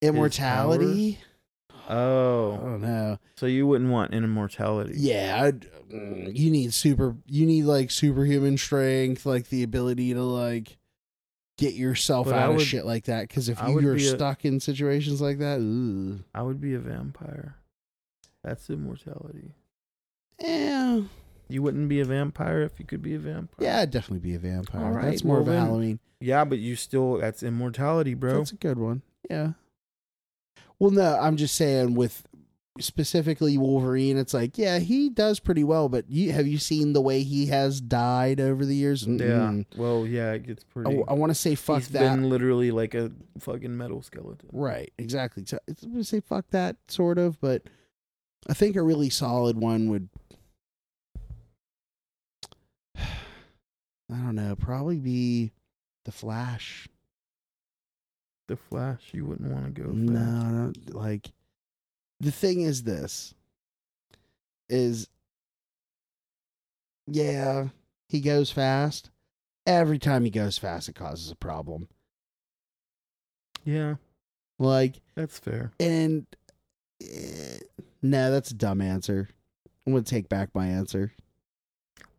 Speaker 2: immortality. I
Speaker 1: Oh,
Speaker 2: don't know.
Speaker 1: so you wouldn't want immortality.
Speaker 2: Yeah, I'd, mm, you need super. You need like superhuman strength, like the ability to like get yourself
Speaker 1: But I
Speaker 2: out
Speaker 1: would-
Speaker 2: of shit like that. Because if
Speaker 1: I would
Speaker 2: you're
Speaker 1: be a-
Speaker 2: stuck in situations like that, ooh,
Speaker 1: I would be a vampire. That's immortality.
Speaker 2: yeah,
Speaker 1: You wouldn't be a vampire if you could be a vampire.
Speaker 2: yeah, I'd definitely be a vampire.
Speaker 1: All right,
Speaker 2: That's more
Speaker 1: well
Speaker 2: of a
Speaker 1: then,
Speaker 2: Halloween.
Speaker 1: Yeah, but you still that's immortality, bro.
Speaker 2: That's a good one. Yeah. Well, no, I'm just saying with specifically Wolverine, it's like yeah, he does pretty well, but you have you seen the way he has died over the years?
Speaker 1: yeah.
Speaker 2: Mm-mm.
Speaker 1: Well, yeah, it gets pretty.
Speaker 2: mm. I, want to say fuck
Speaker 1: He's
Speaker 2: that.
Speaker 1: been literally like a fucking metal skeleton.
Speaker 2: Right, exactly. So it's- I'm gonna say fuck that sort of, but I think a really solid one would. I don't know. Probably be the Flash.
Speaker 1: The Flash, you wouldn't want to go. with
Speaker 2: No,
Speaker 1: that.
Speaker 2: I don't like. The thing is, this is. Yeah, he goes fast. Every time he goes fast, it causes a problem.
Speaker 1: Yeah,
Speaker 2: Like
Speaker 1: that's fair.
Speaker 2: And eh, no, that's a dumb answer. I'm gonna take back my answer.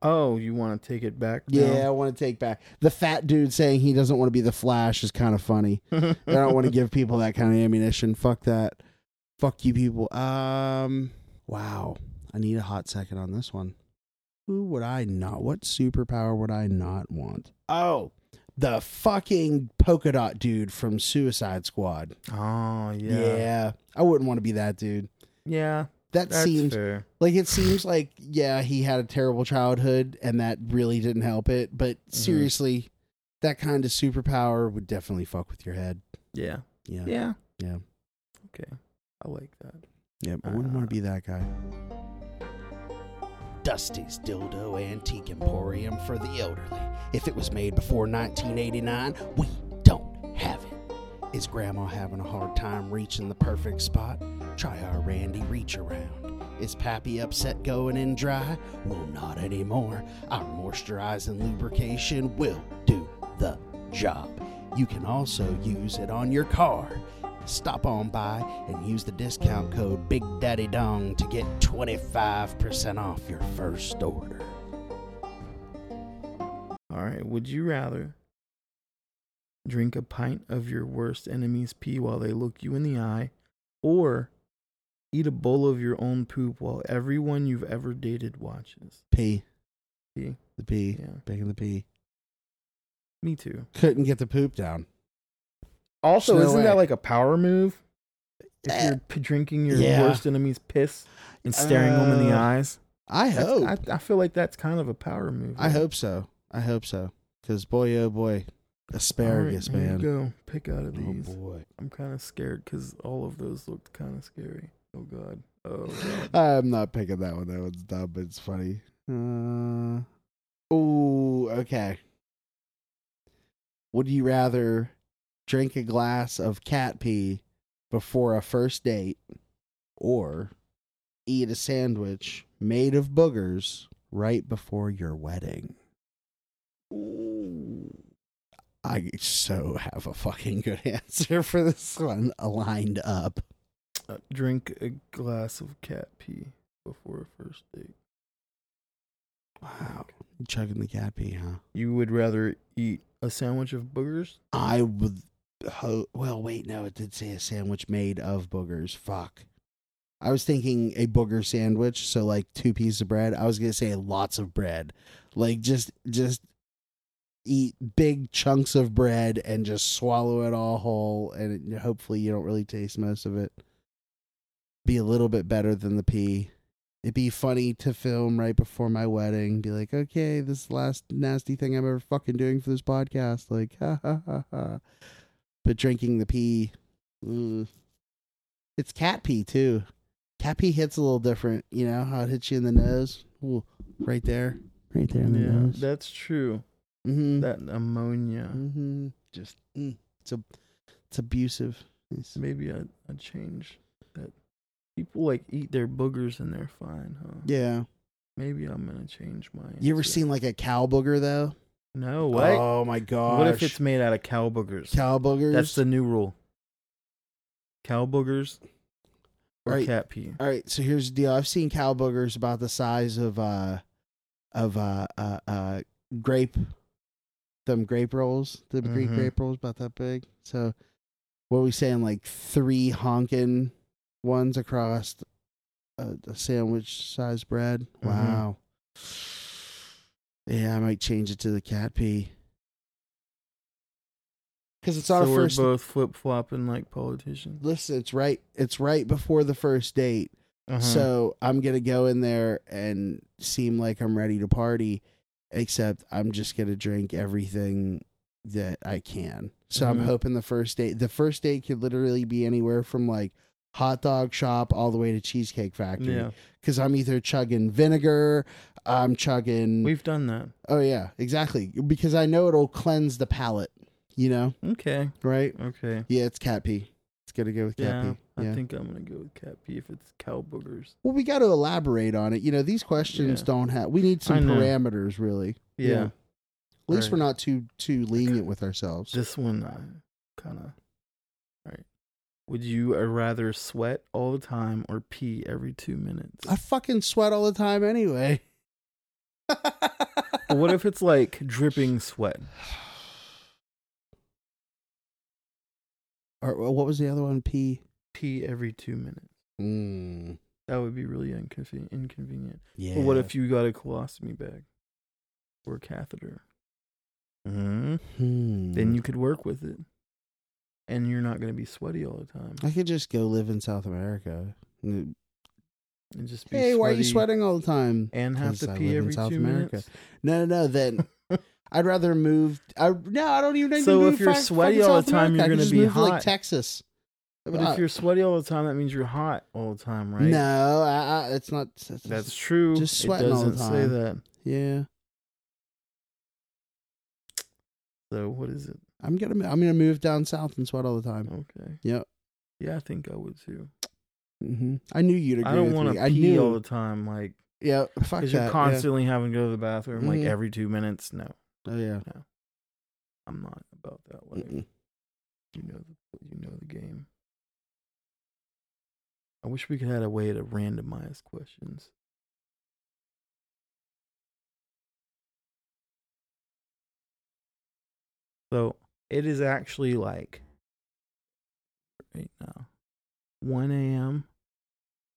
Speaker 1: Oh, you want to take it back?
Speaker 2: Yeah, I want to take back the fat dude saying he doesn't want to be the Flash is kind of funny.
Speaker 1: Yeah.
Speaker 2: I don't want to give people that kind of ammunition. Fuck that. Fuck you, people. Um, wow. I need a hot second on this one. Who would I not? What superpower would I not want? Oh, the fucking polka dot dude from Suicide Squad.
Speaker 1: Oh yeah.
Speaker 2: Yeah, I wouldn't want to be that dude.
Speaker 1: Yeah,
Speaker 2: That
Speaker 1: that's
Speaker 2: seems
Speaker 1: fair.
Speaker 2: Like it seems like yeah, he had a terrible childhood and that really didn't help it, but seriously, that kind of superpower would definitely fuck with your head.
Speaker 1: Yeah.
Speaker 2: Yeah.
Speaker 1: Yeah.
Speaker 2: Yeah.
Speaker 1: Okay. I like that.
Speaker 2: Yep, I wouldn't want to be that guy. Dusty's Dildo Antique Emporium for the Elderly. If it was made before 1989, we don't have it. Is Grandma having a hard time reaching the perfect spot? Try our Randy Reach Around. Is Pappy upset going in dry? Well, not anymore. Our moisturizing lubrication will do the job. You can also use it on your car. Stop on by and use the discount code Big Daddy Dong to get 25% off your first order.
Speaker 1: All right. Would you rather drink a pint of your worst enemy's pee while they look you in the eye, or eat a bowl of your own poop while everyone you've ever dated watches?
Speaker 2: P.
Speaker 1: P. Eh.
Speaker 2: The P.
Speaker 1: Yeah.
Speaker 2: Big in the P.
Speaker 1: Me too.
Speaker 2: Couldn't get the poop down.
Speaker 1: Also,
Speaker 2: No
Speaker 1: isn't
Speaker 2: way.
Speaker 1: that like a power move? If
Speaker 2: Eh.
Speaker 1: you're p- drinking your
Speaker 2: Yeah.
Speaker 1: worst enemy's piss and staring them in the
Speaker 2: Uh,
Speaker 1: eyes,
Speaker 2: I
Speaker 1: That's-
Speaker 2: hope.
Speaker 1: I, I feel like that's kind of a power move. eh?
Speaker 2: I hope so. I hope so. Because boy, oh
Speaker 1: All
Speaker 2: boy,
Speaker 1: right,
Speaker 2: asparagus,
Speaker 1: here you
Speaker 2: man.
Speaker 1: Go pick out of
Speaker 2: Oh
Speaker 1: these.
Speaker 2: boy.
Speaker 1: I'm kind of scared because all of those looked kind of scary. Oh god. Oh. God.
Speaker 2: I'm not picking that one. That one's dumb, but it's funny. Uh, oh, okay. Would you rather drink a glass of cat pee before a first date or eat a sandwich made of boogers right before your wedding? I so have a fucking good answer for this one lined up.
Speaker 1: Uh, drink a glass of cat pee before a first date.
Speaker 2: Wow. Chugging the cat pee, huh?
Speaker 1: You would rather eat a sandwich of boogers?
Speaker 2: I would. Ho- well, wait, no, it did say a sandwich made of boogers. Fuck. I was thinking a booger sandwich, so like two pieces of bread. I was gonna say lots of bread, like just just eat big chunks of bread and just swallow it all whole, and it, hopefully you don't really taste most of it. Be a little bit better than the pea. It'd be funny to film right before my wedding. Be like, okay, this is the last nasty thing I'm ever fucking doing for this podcast. Like, ha ha ha ha. But drinking the pee, mm. it's cat pee too. Cat pee hits a little different, you know how it hits you in the nose, Ooh, right there, right there in the nose.
Speaker 1: that's true.
Speaker 2: mm-hmm.
Speaker 1: That ammonia.
Speaker 2: mm-hmm. Just mm. it's a, it's abusive. It's-
Speaker 1: Maybe I I change that. People like eat their boogers and they're fine, huh?
Speaker 2: yeah.
Speaker 1: Maybe I'm gonna change my.
Speaker 2: You ever
Speaker 1: answer.
Speaker 2: seen like a cow booger though?
Speaker 1: No what?
Speaker 2: Oh my god.
Speaker 1: what if it's made out of cow boogers?
Speaker 2: cow boogers?
Speaker 1: That's the new rule. Cow boogers or
Speaker 2: Right.
Speaker 1: cat pee.
Speaker 2: All right, so here's the deal. I've seen cow boogers about the size of uh of uh uh, uh grape them grape rolls, the Greek
Speaker 1: Mhm.
Speaker 2: grape rolls about that big. So what are we saying like three honking ones across a, a sandwich size bread?
Speaker 1: Mhm.
Speaker 2: Wow. Yeah, I might change it to the cat pee. Cuz it's
Speaker 1: so
Speaker 2: not a
Speaker 1: we're
Speaker 2: first
Speaker 1: both flip flopping like politicians.
Speaker 2: listen, it's right it's right before the first date.
Speaker 1: Uh-huh.
Speaker 2: So I'm gonna go in there and seem like I'm ready to party, except I'm just gonna drink everything that I can. So
Speaker 1: Mhm.
Speaker 2: I'm hoping the first date the first date could literally be anywhere from like hot dog shop all the way to cheesecake factory.
Speaker 1: yeah,
Speaker 2: Cause I'm either chugging vinegar, I'm chugging
Speaker 1: we've done that.
Speaker 2: Oh yeah, exactly. Because I know it'll cleanse the palate, you know,
Speaker 1: Okay,
Speaker 2: right?
Speaker 1: okay.
Speaker 2: Yeah, it's cat pee. It's gonna go with cat
Speaker 1: Yeah,
Speaker 2: pee. Yeah.
Speaker 1: I think I'm gonna go with cat pee if it's cow boogers.
Speaker 2: Well, we got to elaborate on it. You know, these questions
Speaker 1: Yeah.
Speaker 2: don't have. We need
Speaker 1: I
Speaker 2: some
Speaker 1: know.
Speaker 2: parameters, really.
Speaker 1: Yeah,
Speaker 2: Yeah. At least
Speaker 1: Right.
Speaker 2: we're not too too lenient with ourselves.
Speaker 1: this one I kind of. All right. Would you uh, rather sweat all the time or pee every two minutes?
Speaker 2: I fucking sweat all the time anyway.
Speaker 1: But what if it's like dripping sweat?
Speaker 2: Or uh, what was the other one? P.
Speaker 1: Pee every two minutes.
Speaker 2: Mm,
Speaker 1: That would be really inconven- inconvenient.
Speaker 2: yeah.
Speaker 1: But what if you got a colostomy bag or a catheter? Mm-hmm.
Speaker 2: Hmm.
Speaker 1: Then you could work with it, and you're not going to be sweaty all the time.
Speaker 2: I could just go live in South America. Mm.
Speaker 1: And just be
Speaker 2: Hey, why are you
Speaker 1: sweaty
Speaker 2: sweating all the time?
Speaker 1: And have
Speaker 2: 'Cause
Speaker 1: to
Speaker 2: I live
Speaker 1: pee
Speaker 2: in
Speaker 1: every
Speaker 2: South
Speaker 1: two
Speaker 2: America.
Speaker 1: minutes.
Speaker 2: No, no, no. Then I'd rather move. I no, I don't even. need to
Speaker 1: So
Speaker 2: move
Speaker 1: if you're
Speaker 2: fuck-
Speaker 1: sweaty
Speaker 2: fucking
Speaker 1: all the
Speaker 2: South
Speaker 1: time,
Speaker 2: America.
Speaker 1: you're
Speaker 2: I could
Speaker 1: gonna
Speaker 2: just
Speaker 1: be
Speaker 2: move to,
Speaker 1: hot.
Speaker 2: like Texas. Uh,
Speaker 1: But if you're sweaty all the time, that means you're hot all the time, right?
Speaker 2: no, I, I, it's not. It's,
Speaker 1: that's true.
Speaker 2: just
Speaker 1: it
Speaker 2: sweating all
Speaker 1: doesn't
Speaker 2: the
Speaker 1: say
Speaker 2: time.
Speaker 1: that.
Speaker 2: yeah.
Speaker 1: So what is it?
Speaker 2: I'm gonna I'm gonna move down south and sweat all the time.
Speaker 1: Okay.
Speaker 2: Yep.
Speaker 1: Yeah, I think I would too.
Speaker 2: hmm I knew you'd agree.
Speaker 1: I don't
Speaker 2: with
Speaker 1: want
Speaker 2: me.
Speaker 1: to
Speaker 2: I
Speaker 1: pee
Speaker 2: knew.
Speaker 1: all the time, like
Speaker 2: yeah, fuck
Speaker 1: because
Speaker 2: that.
Speaker 1: you're
Speaker 2: yeah.
Speaker 1: constantly having to go to the bathroom, like
Speaker 2: Mhm.
Speaker 1: every two minutes. No,
Speaker 2: Oh yeah.
Speaker 1: I'm not about that life.
Speaker 2: Mm-mm.
Speaker 1: You know, the, you know the game. I wish we could had a way to randomize questions. So it is actually like right now, one a.m.,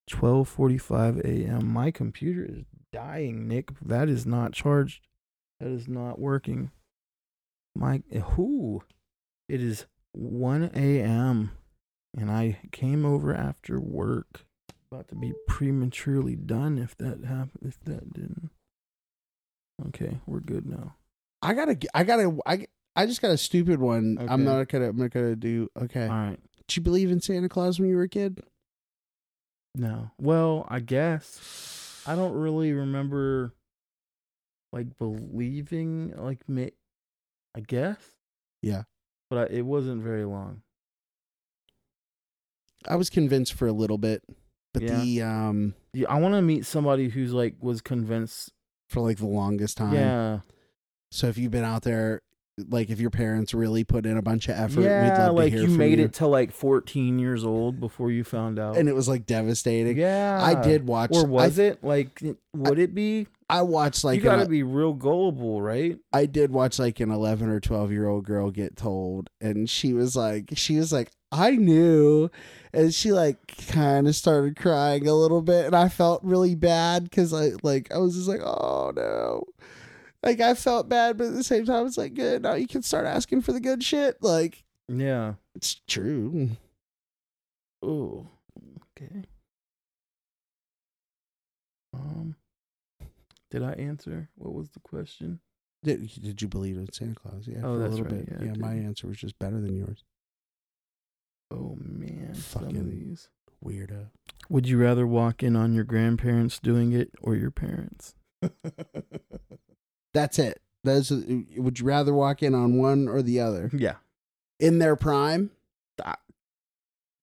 Speaker 1: twelve forty-five a.m. My computer is dying, Nick. That is not charged. That is not working. My who? It is 1 a.m. and I came over after work. About to be prematurely done if that happened. If that didn't. Okay, we're good now.
Speaker 2: I gotta. g- I gotta. I. I just got a stupid one.
Speaker 1: Okay.
Speaker 2: I'm not gonna. I'm not gonna do. Okay.
Speaker 1: All right.
Speaker 2: Did you believe in Santa Claus when you were a kid?
Speaker 1: No. Well, I guess I don't really remember like believing like me. I guess.
Speaker 2: Yeah.
Speaker 1: But I, it wasn't very long.
Speaker 2: I was convinced for a little bit, but
Speaker 1: Yeah.
Speaker 2: the um
Speaker 1: Yeah, I want to meet somebody who's like was convinced.
Speaker 2: for like the longest time.
Speaker 1: Yeah.
Speaker 2: So if you've been out there, like if your parents really put in a bunch of effort, we'd
Speaker 1: yeah,
Speaker 2: love
Speaker 1: like
Speaker 2: to hear
Speaker 1: you
Speaker 2: from
Speaker 1: made
Speaker 2: you.
Speaker 1: it to like 14 years old before you found out.
Speaker 2: and it was like devastating.
Speaker 1: yeah.
Speaker 2: I did watch.
Speaker 1: Or
Speaker 2: I
Speaker 1: was it like would it be?
Speaker 2: I watched like
Speaker 1: you got to
Speaker 2: an- e
Speaker 1: be real gullible, right?
Speaker 2: I did watch like an eleven or twelve year old girl get told, and she was like, she was like, I knew, and she like kind of started crying a little bit, and I felt really bad because I like I was just like, oh no, like I felt bad, but at the same time, it's like good. Now you can start asking for the good shit. Like
Speaker 1: Yeah.
Speaker 2: it's true.
Speaker 1: Oh, okay. Um, did I answer? What was the question?
Speaker 2: Did, did you believe in Santa Claus? Yeah,
Speaker 1: Oh,
Speaker 2: for a
Speaker 1: that's
Speaker 2: little
Speaker 1: right.
Speaker 2: bit.
Speaker 1: Yeah, I
Speaker 2: yeah my
Speaker 1: did.
Speaker 2: answer was just better than yours.
Speaker 1: Oh man, some of
Speaker 2: Fucking-
Speaker 1: these.
Speaker 2: Weirdo.
Speaker 1: Would you rather walk in on your grandparents doing it or your parents?
Speaker 2: That's it. Those are, would you rather walk in on one or the other?
Speaker 1: yeah,
Speaker 2: In their prime?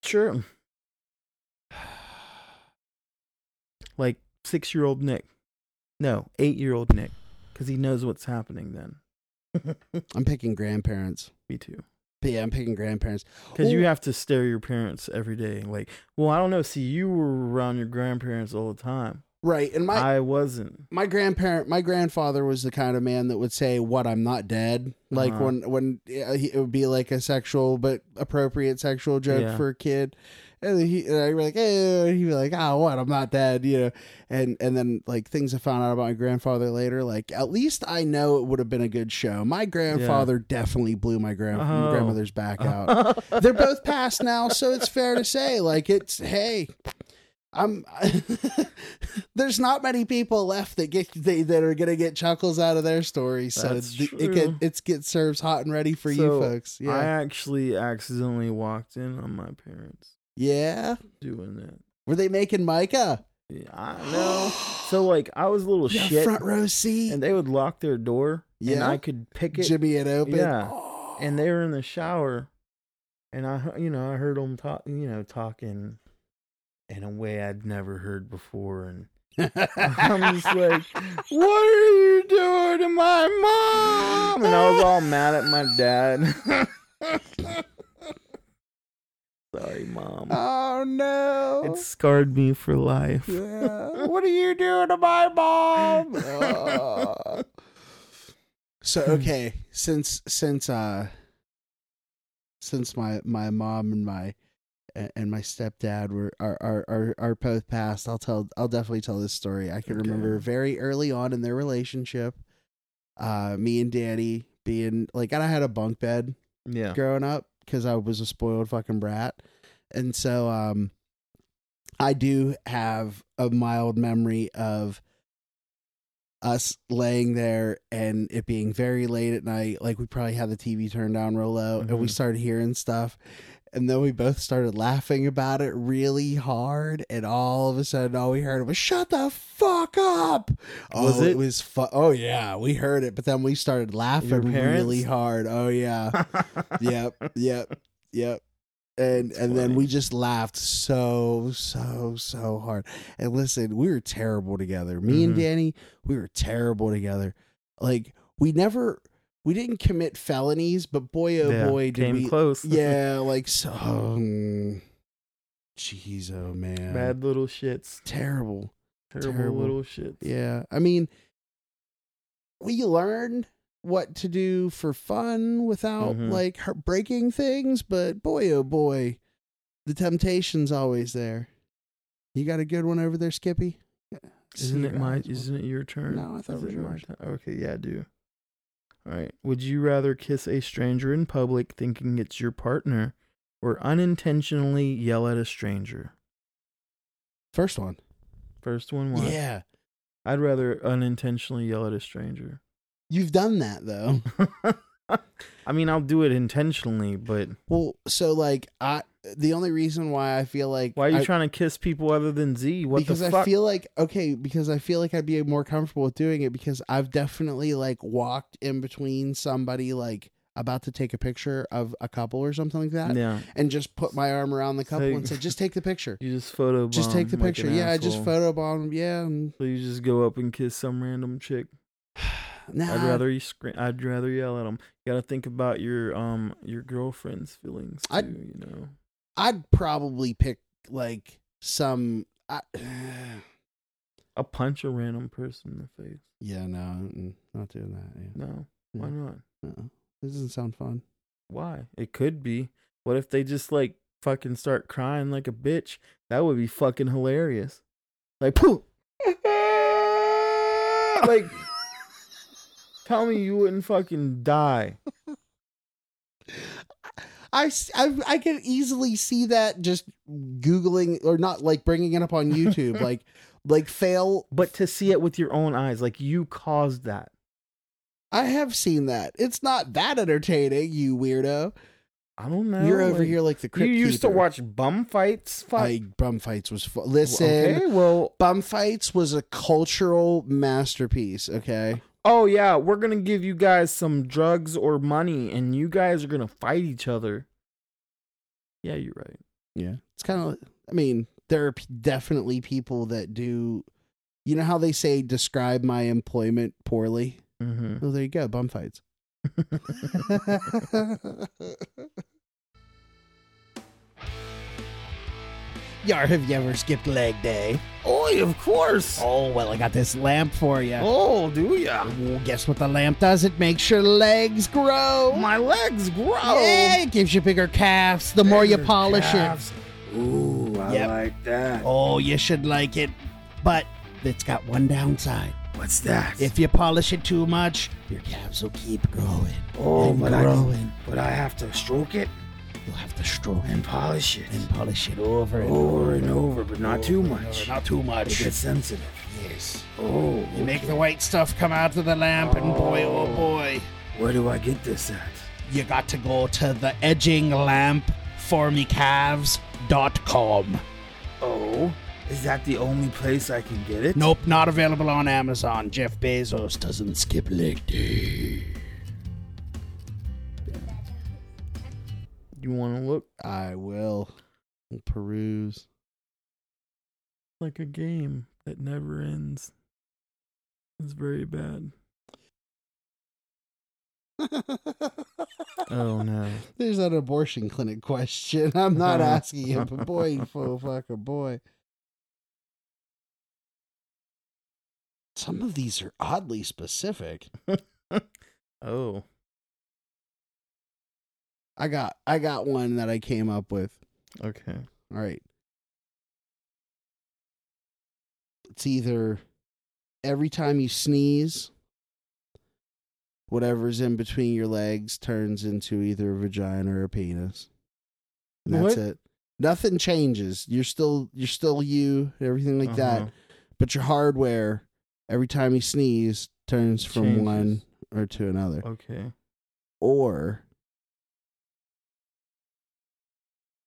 Speaker 1: sure. Like six-year-old Nick, no, eight-year-old Nick, because he knows what's happening then.
Speaker 2: I'm picking grandparents.
Speaker 1: Me too.
Speaker 2: But yeah, I'm picking grandparents.
Speaker 1: Because you
Speaker 2: Well-
Speaker 1: have to stare your parents every day. Like, well, I don't know. See, you were around your grandparents all the time.
Speaker 2: Right. And my
Speaker 1: I wasn't.
Speaker 2: my grandparent, my grandfather was the kind of man that would say, "What? I'm not dead." Like
Speaker 1: Uh-huh.
Speaker 2: when when yeah, he, it would be like a sexual but appropriate sexual joke
Speaker 1: Yeah.
Speaker 2: for a kid, and then he and I'd be like, "Eh," he'd be like, "Ah, what? I'm not dead," you know. And and then like things I found out about my grandfather later, like at least I know it would have been a good show. My grandfather definitely blew my grand
Speaker 1: Oh.
Speaker 2: grandmother's back out. they're both passed now, so it's fair to say, like it's hey, I'm. there's not many people left that get they, that are gonna get chuckles out of their story, so
Speaker 1: That's
Speaker 2: th- it
Speaker 1: true.
Speaker 2: get it's get serves hot and ready for you
Speaker 1: So,
Speaker 2: folks. Yeah,
Speaker 1: I actually accidentally walked in on my parents
Speaker 2: yeah.
Speaker 1: doing that.
Speaker 2: Were they making Micah?
Speaker 1: Yeah, I know. so like, I was a little
Speaker 2: Yeah,
Speaker 1: shit,
Speaker 2: front row seat.
Speaker 1: and they would lock their door, and
Speaker 2: Yeah.
Speaker 1: I could pick it,
Speaker 2: Jimmy and open.
Speaker 1: Yeah.
Speaker 2: Oh.
Speaker 1: and they were in the shower, and I, he- you know, I heard them talk, you know, talking in a way I'd never heard before, and I'm just like, what are you doing to my mom? And I was all mad at my dad. Sorry, mom.
Speaker 2: oh no.
Speaker 1: It scarred me for life.
Speaker 2: Yeah. what are you doing to my mom? Uh. so
Speaker 1: Hmm.
Speaker 2: okay, since since uh since my my mom and my and my stepdad were are are are, are both passed, I'll tell I'll definitely tell this story. I can
Speaker 1: Okay.
Speaker 2: remember very early on in their relationship, uh me and Danny being like and I had a bunk bed
Speaker 1: Yeah.
Speaker 2: growing up because I was a spoiled fucking brat. And so um I do have a mild memory of us laying there and it being very late at night. Like we probably had the TV turned down real low and we
Speaker 1: Mhm.
Speaker 2: started hearing stuff. And then we both started laughing about it really hard. And all of a sudden, all we heard was, shut the fuck up.
Speaker 1: Was
Speaker 2: oh,
Speaker 1: it?
Speaker 2: was fu- Oh, yeah. We heard it. But then we started laughing
Speaker 1: parents?
Speaker 2: really hard. Oh, yeah yep, yep, yep. And
Speaker 1: That's
Speaker 2: and then
Speaker 1: funny.
Speaker 2: we just laughed so so so hard. And listen, we were terrible together. Me and
Speaker 1: Mhm.
Speaker 2: Danny, we were terrible together. Like we never we didn't commit felonies, but boy oh
Speaker 1: Yeah,
Speaker 2: boy did
Speaker 1: Came
Speaker 2: we
Speaker 1: close.
Speaker 2: Yeah, like so mm, Jeez oh man.
Speaker 1: Bad little shits.
Speaker 2: Terrible.
Speaker 1: Terrible,
Speaker 2: Terrible.
Speaker 1: little shits.
Speaker 2: Yeah. I mean we learned what to do for fun without
Speaker 1: Mhm.
Speaker 2: like her breaking things, but boy oh boy, the temptation's always there. You got a good one over there, Skippy?
Speaker 1: Isn't
Speaker 2: See
Speaker 1: it
Speaker 2: your
Speaker 1: my
Speaker 2: eyes.
Speaker 1: isn't it your turn?
Speaker 2: No, I thought it
Speaker 1: Is
Speaker 2: was
Speaker 1: my
Speaker 2: yours.
Speaker 1: turn? Okay, yeah, I do. All right. Would you rather kiss a stranger in public thinking it's your partner or unintentionally yell at a stranger?
Speaker 2: First one.
Speaker 1: First one, why?
Speaker 2: Yeah.
Speaker 1: I'd rather unintentionally yell at a stranger.
Speaker 2: You've done that though.
Speaker 1: I mean, I'll do it intentionally, but
Speaker 2: well, so like I the only reason why I feel like
Speaker 1: why are you
Speaker 2: I-
Speaker 1: trying to kiss people other than Z? What
Speaker 2: because
Speaker 1: the
Speaker 2: I
Speaker 1: fuck?
Speaker 2: feel like okay, because I feel like I'd be more comfortable with doing it because I've definitely like walked in between somebody like about to take a picture of a couple or something like that,
Speaker 1: yeah,
Speaker 2: and just put my arm around the couple
Speaker 1: So-
Speaker 2: and say, "Just take the picture.
Speaker 1: you just photo.
Speaker 2: Just take the
Speaker 1: bomb like
Speaker 2: picture."
Speaker 1: an
Speaker 2: yeah, I just
Speaker 1: asshole.
Speaker 2: photobomb. Yeah, and
Speaker 1: So you just go up and kiss some random chick.
Speaker 2: nah,
Speaker 1: I'd rather you scream. I'd rather yell at them. You gotta think about your um your girlfriend's feelings too.
Speaker 2: I-
Speaker 1: you know.
Speaker 2: I'd probably pick like some. I,
Speaker 1: I'll punch a random person in the face.
Speaker 2: yeah, no, mm, not doing that. Yeah,
Speaker 1: No, why
Speaker 2: Yeah.
Speaker 1: not?
Speaker 2: no, this doesn't sound fun.
Speaker 1: Why? It could be. What if they just like fucking start crying like a bitch? That would be fucking hilarious. Like pooh. like tell me you wouldn't fucking die.
Speaker 2: I, s- I I could easily see that just googling or not like bringing it up on YouTube like like fail
Speaker 1: But to see it with your own eyes, like you caused that.
Speaker 2: I have seen that it's not that entertaining you weirdo
Speaker 1: I don't know.
Speaker 2: you're over
Speaker 1: like-
Speaker 2: here like the
Speaker 1: You
Speaker 2: crypt
Speaker 1: used to
Speaker 2: keeper.
Speaker 1: watch bum fights. Fuck.
Speaker 2: I, bum fights was fu- listen
Speaker 1: Okay, well,
Speaker 2: bum fights was a cultural masterpiece okay
Speaker 1: oh yeah, we're gonna give you guys some drugs or money, and you guys are gonna fight each other. Yeah, you're right.
Speaker 2: yeah it's kind of I mean there are p- definitely people that do you know how they say describe my employment poorly
Speaker 1: Mm-hmm.
Speaker 2: Well, there you go, bum fights. Yar, have you ever skipped leg day?
Speaker 4: Oh, of course.
Speaker 2: Oh, well, I got this lamp for you.
Speaker 4: Oh, do ya?
Speaker 2: Well, guess what the lamp does? It makes your legs grow.
Speaker 4: My legs grow.
Speaker 2: Yeah, it gives you bigger calves the more you
Speaker 4: Oh. Bigger
Speaker 2: polish
Speaker 4: calves.
Speaker 2: it.
Speaker 4: Ooh, I
Speaker 2: Yep.
Speaker 4: like that.
Speaker 2: Oh, you should like it. But it's got one downside.
Speaker 4: What's that?
Speaker 2: If you polish it too much, your calves will keep growing.
Speaker 4: oh,
Speaker 2: and
Speaker 4: but I,
Speaker 2: growing.
Speaker 4: but I have to stroke it
Speaker 2: You'll have to stroke it.
Speaker 4: and polish it
Speaker 2: and polish it over and
Speaker 4: over and over, but not too much.
Speaker 2: Oh, Not too
Speaker 4: It
Speaker 2: much.
Speaker 4: gets sensitive.
Speaker 2: Yes.
Speaker 4: Oh,
Speaker 2: You make the white stuff come out of the lamp, and boy, oh boy,
Speaker 4: where do I get this at?
Speaker 2: you got to go to the edginglampformycalves.com.
Speaker 4: Oh, is that the only place I can get it?
Speaker 2: Nope, not available on Amazon. Jeff Bezos doesn't skip leg day.
Speaker 1: You want to look
Speaker 2: I will peruse.
Speaker 1: like a game that never ends. It's very bad. Oh no.
Speaker 2: There's that abortion clinic question. I'm not asking you, but boy, oh, fucker, boy. Some of these are oddly specific.
Speaker 1: oh.
Speaker 2: I got I got one that I came up with.
Speaker 1: Okay.
Speaker 2: All right. It's either every time you sneeze, whatever's in between your legs turns into either a vagina or a penis. And that's
Speaker 1: What?
Speaker 2: it. Nothing changes. You're still you're still you, everything
Speaker 1: Uh-huh.
Speaker 2: like that. But your hardware, every time you sneeze, turns from
Speaker 1: Changes.
Speaker 2: one or to another.
Speaker 1: Okay.
Speaker 2: Or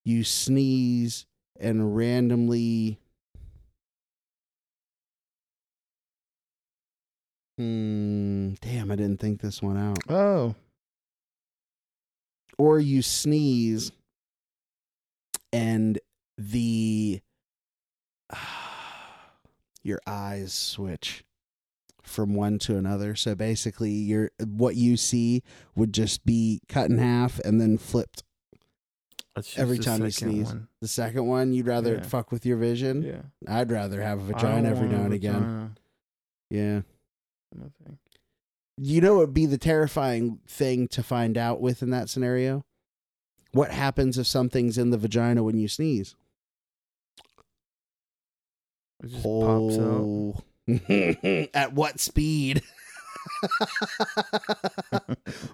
Speaker 2: you sneeze and randomly Hmm, damn, I didn't think this one out.
Speaker 1: Oh.
Speaker 2: Or you sneeze and the your eyes switch from one to another. So basically, your what you see would just be cut in half and then flipped.
Speaker 1: That's just
Speaker 2: Every
Speaker 1: the
Speaker 2: time you
Speaker 1: second
Speaker 2: sneeze.
Speaker 1: one.
Speaker 2: The second one, you'd rather
Speaker 1: Yeah.
Speaker 2: it fuck with your vision.
Speaker 1: Yeah.
Speaker 2: I'd rather have a
Speaker 1: I
Speaker 2: vagina
Speaker 1: don't
Speaker 2: every
Speaker 1: want a
Speaker 2: now and again.
Speaker 1: vagina.
Speaker 2: Yeah.
Speaker 1: I think.
Speaker 2: You know, it'd be the terrifying thing to find out with in that scenario. What happens if something's in the vagina when you sneeze?
Speaker 1: It just pops out.
Speaker 2: At what Oh. speed?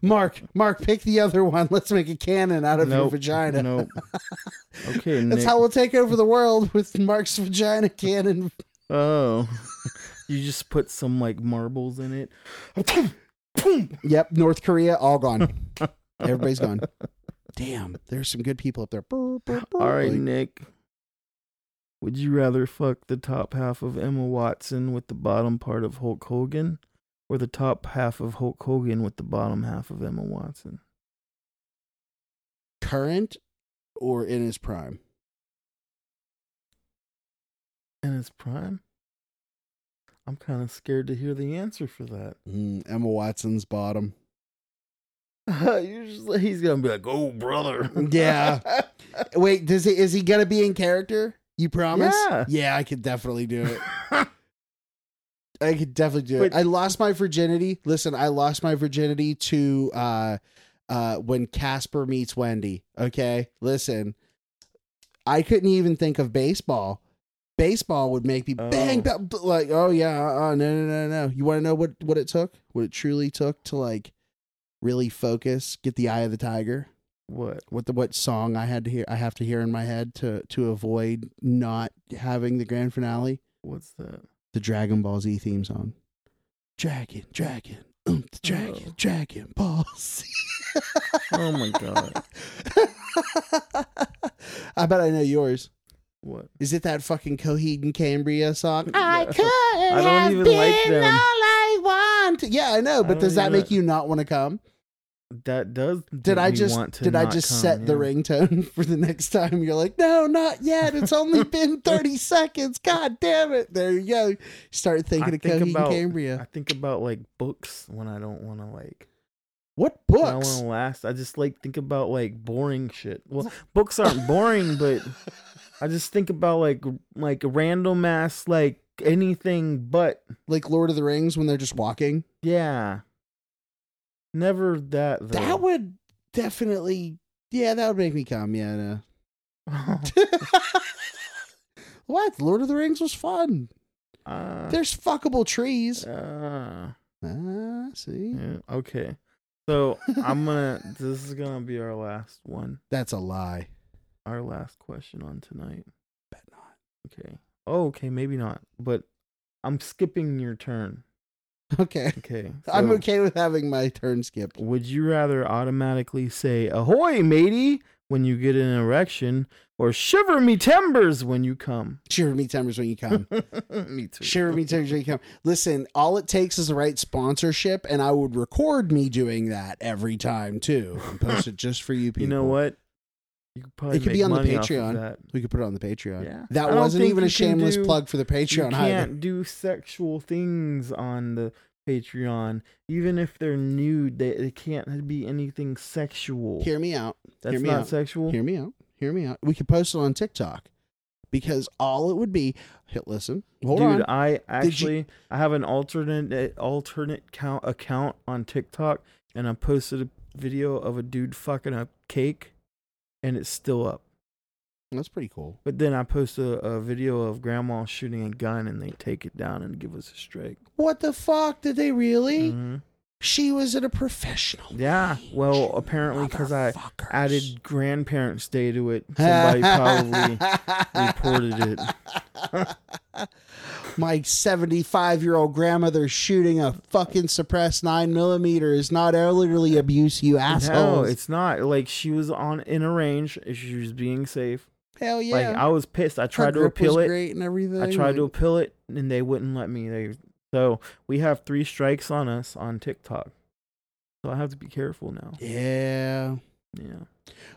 Speaker 2: Mark, Mark, pick the other one. Let's make a cannon out of your
Speaker 1: Nope.
Speaker 2: vagina.
Speaker 1: Nope. Okay,
Speaker 2: That's
Speaker 1: Nick.
Speaker 2: how we'll take over the world with Mark's vagina cannon.
Speaker 1: oh, you just put some like marbles in it. Boom.
Speaker 2: Yep, North Korea, all gone. Everybody's gone. Damn, there's some good people up there. All
Speaker 1: All right, Nick. Would you rather fuck the top half of Emma Watson with the bottom part of Hulk Hogan, or the top half of Hulk Hogan with the bottom half of Emma Watson?
Speaker 2: current or in his prime?
Speaker 1: And it's prime. I'm kind of scared to hear the answer for that.
Speaker 2: Mm, Emma Watson's bottom.
Speaker 1: You're just like- he's gonna be like, "Oh, brother."
Speaker 2: Yeah. Wait, does he is he gonna be in character? You promise?
Speaker 1: Yeah.
Speaker 2: I could definitely do it. I could definitely do it.
Speaker 1: But-
Speaker 2: I lost my virginity. Listen, I lost my virginity to uh uh when Casper meets Wendy. Okay. Listen. I couldn't even think of baseball. Baseball would make me bang,
Speaker 1: Oh.
Speaker 2: ba- b- like, oh yeah, uh, uh, no, no, no, no. You want to know what what it took? What it truly took to like really focus, get the eye of the tiger.
Speaker 1: what?
Speaker 2: what the what song I had to hear I have to hear in my head to to avoid not having the grand finale
Speaker 1: What's that?
Speaker 2: the Dragon Ball Z theme song Dragon Dragon um, the Dragon
Speaker 1: Oh.
Speaker 2: Dragon Ball Z
Speaker 1: Oh my god.
Speaker 2: I bet I know yours
Speaker 1: What?
Speaker 2: is it that fucking Coheed and Cambria song
Speaker 1: I Yeah. could don't have even
Speaker 2: been
Speaker 1: like been them. all
Speaker 2: all I want yeah I know
Speaker 1: I
Speaker 2: but
Speaker 1: don't
Speaker 2: does that
Speaker 1: even-
Speaker 2: make you not want to come
Speaker 1: That does.
Speaker 2: did
Speaker 1: make
Speaker 2: I
Speaker 1: me
Speaker 2: just
Speaker 1: want to
Speaker 2: did I
Speaker 1: not
Speaker 2: just
Speaker 1: come,
Speaker 2: set the
Speaker 1: yeah.
Speaker 2: ringtone for the next time? You're like, no, not yet. It's only been thirty seconds. God damn it! There you go. Start thinking
Speaker 1: I
Speaker 2: of
Speaker 1: think
Speaker 2: Coheed
Speaker 1: about-
Speaker 2: and Cambria.
Speaker 1: I think about like books when I don't want to like.
Speaker 2: What
Speaker 1: when I want
Speaker 2: books?
Speaker 1: to last. I just like think about like boring shit. Well, books aren't boring, but I just think about like like random ass like anything but
Speaker 2: Like Lord of the Rings when they're just walking.
Speaker 1: yeah. Never that. Though.
Speaker 2: That would definitely. Yeah, that would make me come. Yeah. No. what? Lord of the Rings was fun.
Speaker 1: Ah,
Speaker 2: There's fuckable trees.
Speaker 1: ah,
Speaker 2: Ah, see,
Speaker 1: yeah, okay. So I'm gonna. this is gonna be our last one.
Speaker 2: that's a lie.
Speaker 1: Our last question on tonight.
Speaker 2: Bet not.
Speaker 1: Okay. Oh, okay. Maybe not. But I'm skipping your turn.
Speaker 2: Okay,
Speaker 1: Okay.
Speaker 2: I'm
Speaker 1: so
Speaker 2: okay with having my turn skipped.
Speaker 1: Would you rather automatically say "Ahoy, matey" when you get an erection, or "Shiver me timbers" when you come?
Speaker 2: Cheer me timbers when you come.
Speaker 1: me too.
Speaker 2: Sure, me too. Jake Cameron. Listen, all it takes is the right sponsorship, and I would record me doing that every time too, and post it just for you people.
Speaker 1: You know what? You could probably
Speaker 2: It could be
Speaker 1: make
Speaker 2: on the
Speaker 1: money off of
Speaker 2: Patreon.
Speaker 1: that.
Speaker 2: We could put it on the Patreon.
Speaker 1: Yeah. I
Speaker 2: That
Speaker 1: don't
Speaker 2: wasn't
Speaker 1: think
Speaker 2: even a
Speaker 1: you can
Speaker 2: shameless
Speaker 1: do-
Speaker 2: plug for the Patreon
Speaker 1: you
Speaker 2: either.
Speaker 1: can't do sexual things on the Patreon, even if they're nude. They it can't be anything sexual.
Speaker 2: Hear me out.
Speaker 1: That's
Speaker 2: hear me
Speaker 1: not
Speaker 2: out.
Speaker 1: sexual.
Speaker 2: Hear me out. Hear me out. We could post it on TikTok because all it would be. Hit listen. Hold
Speaker 1: Dude,
Speaker 2: on.
Speaker 1: I
Speaker 2: you-
Speaker 1: actually I have an alternate eh, alternate count account on TikTok, and I posted a video of a dude fucking a cake, and it's still up.
Speaker 2: That's pretty cool.
Speaker 1: But then I posted a, a video of grandma shooting a gun, and they take it down and give us a strike.
Speaker 2: What the fuck did they really?
Speaker 1: Mhm.
Speaker 2: She was at a professional.
Speaker 1: Yeah.
Speaker 2: range,
Speaker 1: Well, apparently because I
Speaker 2: motherfuckers.
Speaker 1: added grandparents' day to it, somebody probably. reported
Speaker 2: it. My 75 year old grandmother shooting a fucking suppressed 9mm is not elderly abuse, you
Speaker 1: No,
Speaker 2: asshole.
Speaker 1: it's not. Like she was on in a range. She was being safe.
Speaker 2: Hell yeah.
Speaker 1: Like I was pissed. I
Speaker 2: Her
Speaker 1: tried to
Speaker 2: grip
Speaker 1: appeal
Speaker 2: was
Speaker 1: it.
Speaker 2: Great and everything.
Speaker 1: I tried to
Speaker 2: like-
Speaker 1: appeal it and they wouldn't let me. They so we have three strikes on us on TikTok. So I have to be careful now.
Speaker 2: Yeah.
Speaker 1: Yeah.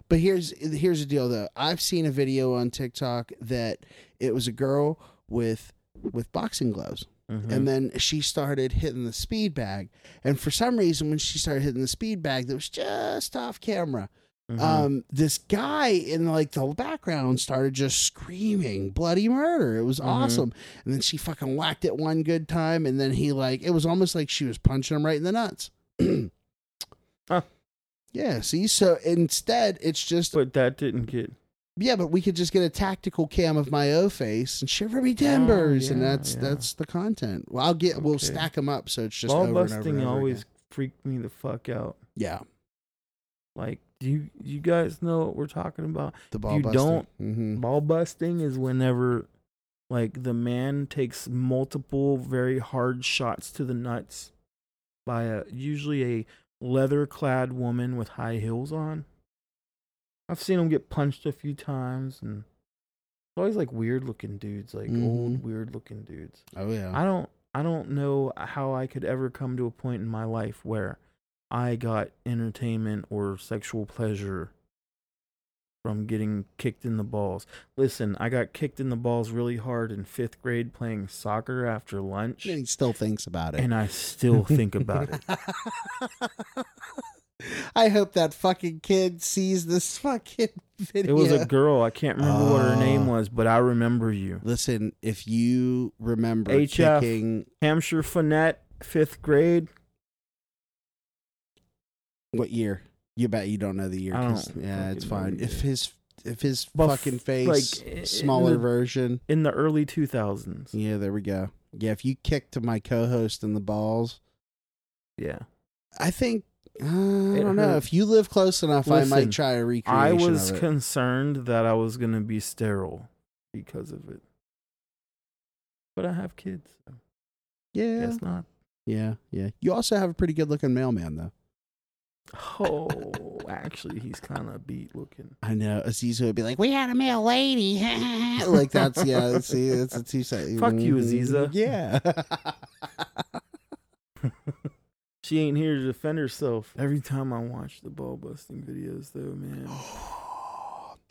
Speaker 2: But here's here's the deal though. I've seen a video on TikTok that it was a girl with with boxing gloves.
Speaker 1: Mhm.
Speaker 2: and then she started hitting the speed bag. And for some reason, when she started hitting the speed bag, that was just off camera.
Speaker 1: Mhm.
Speaker 2: Um, this guy in like the background started just screaming bloody murder. It was
Speaker 1: Mhm.
Speaker 2: awesome. And then she fucking whacked it one good time, and then he like it was almost like she was punching him right in the nuts.
Speaker 1: Huh.
Speaker 2: Yeah. See, so instead, it's just
Speaker 1: but that didn't get
Speaker 2: Yeah, but we could just get a tactical cam of my O face and shiver me timbers, and
Speaker 1: Oh, yeah,
Speaker 2: that's
Speaker 1: yeah.
Speaker 2: that's the content. Well, I'll get we'll
Speaker 1: Okay.
Speaker 2: stack them up, so it's just
Speaker 1: Ball
Speaker 2: over and over.
Speaker 1: busting
Speaker 2: And over
Speaker 1: always
Speaker 2: again.
Speaker 1: freaked me the fuck out.
Speaker 2: yeah,
Speaker 1: Like, do you you guys know what we're talking about?
Speaker 2: the ball.
Speaker 1: you don't-
Speaker 2: hmm
Speaker 1: Ball busting is whenever like the man takes multiple very hard shots to the nuts by a usually a leather clad woman with high heels on. I've seen him get punched a few times and it's always like weird looking dudes, like
Speaker 2: Mhm.
Speaker 1: old weird looking dudes.
Speaker 2: Oh yeah,
Speaker 1: I don't I don't know how I could ever come to a point in my life where I got entertainment or sexual pleasure from getting kicked in the balls. Listen, I got kicked in the balls really hard in 5th grade playing soccer after lunch
Speaker 2: and he still thinks about it.
Speaker 1: and I still think about it.
Speaker 2: I hope that fucking kid sees this fucking video.
Speaker 1: It was a girl, I can't remember what her name
Speaker 2: Oh.
Speaker 1: was, but I remember you.
Speaker 2: Listen, if you remember
Speaker 1: HF.
Speaker 2: kicking,
Speaker 1: Hampshire Finette, 5th grade.
Speaker 2: what year? You bet you don't know the year.
Speaker 1: I
Speaker 2: 'cause-
Speaker 1: don't
Speaker 2: yeah, it's
Speaker 1: fucking know
Speaker 2: fine.
Speaker 1: the
Speaker 2: If
Speaker 1: year.
Speaker 2: his if his
Speaker 1: But f-
Speaker 2: fucking
Speaker 1: like,
Speaker 2: face
Speaker 1: i- in
Speaker 2: smaller
Speaker 1: the-
Speaker 2: version.
Speaker 1: In the early 2000s.
Speaker 2: Yeah, there we go. Yeah, if you kick to my co-host in the balls,
Speaker 1: Yeah.
Speaker 2: I think uh, I don't know
Speaker 1: hurt.
Speaker 2: if you live close enough, I
Speaker 1: Listen,
Speaker 2: might try a recreation.
Speaker 1: I was
Speaker 2: of it.
Speaker 1: concerned that I was going to be sterile because of it. But I have kids. So
Speaker 2: yeah,
Speaker 1: Guess not.
Speaker 2: yeah, yeah. You also have a pretty good-looking mailman, though.
Speaker 1: Oh, actually, he's kind of beat looking.
Speaker 2: I know Azizu would be like, "We had a male lady," like that's yeah. See, that's a two side. mm-hmm.
Speaker 1: Fuck you, Aziza.
Speaker 2: Yeah.
Speaker 1: She ain't here to defend herself. Every time I watch the ball busting videos, though, man.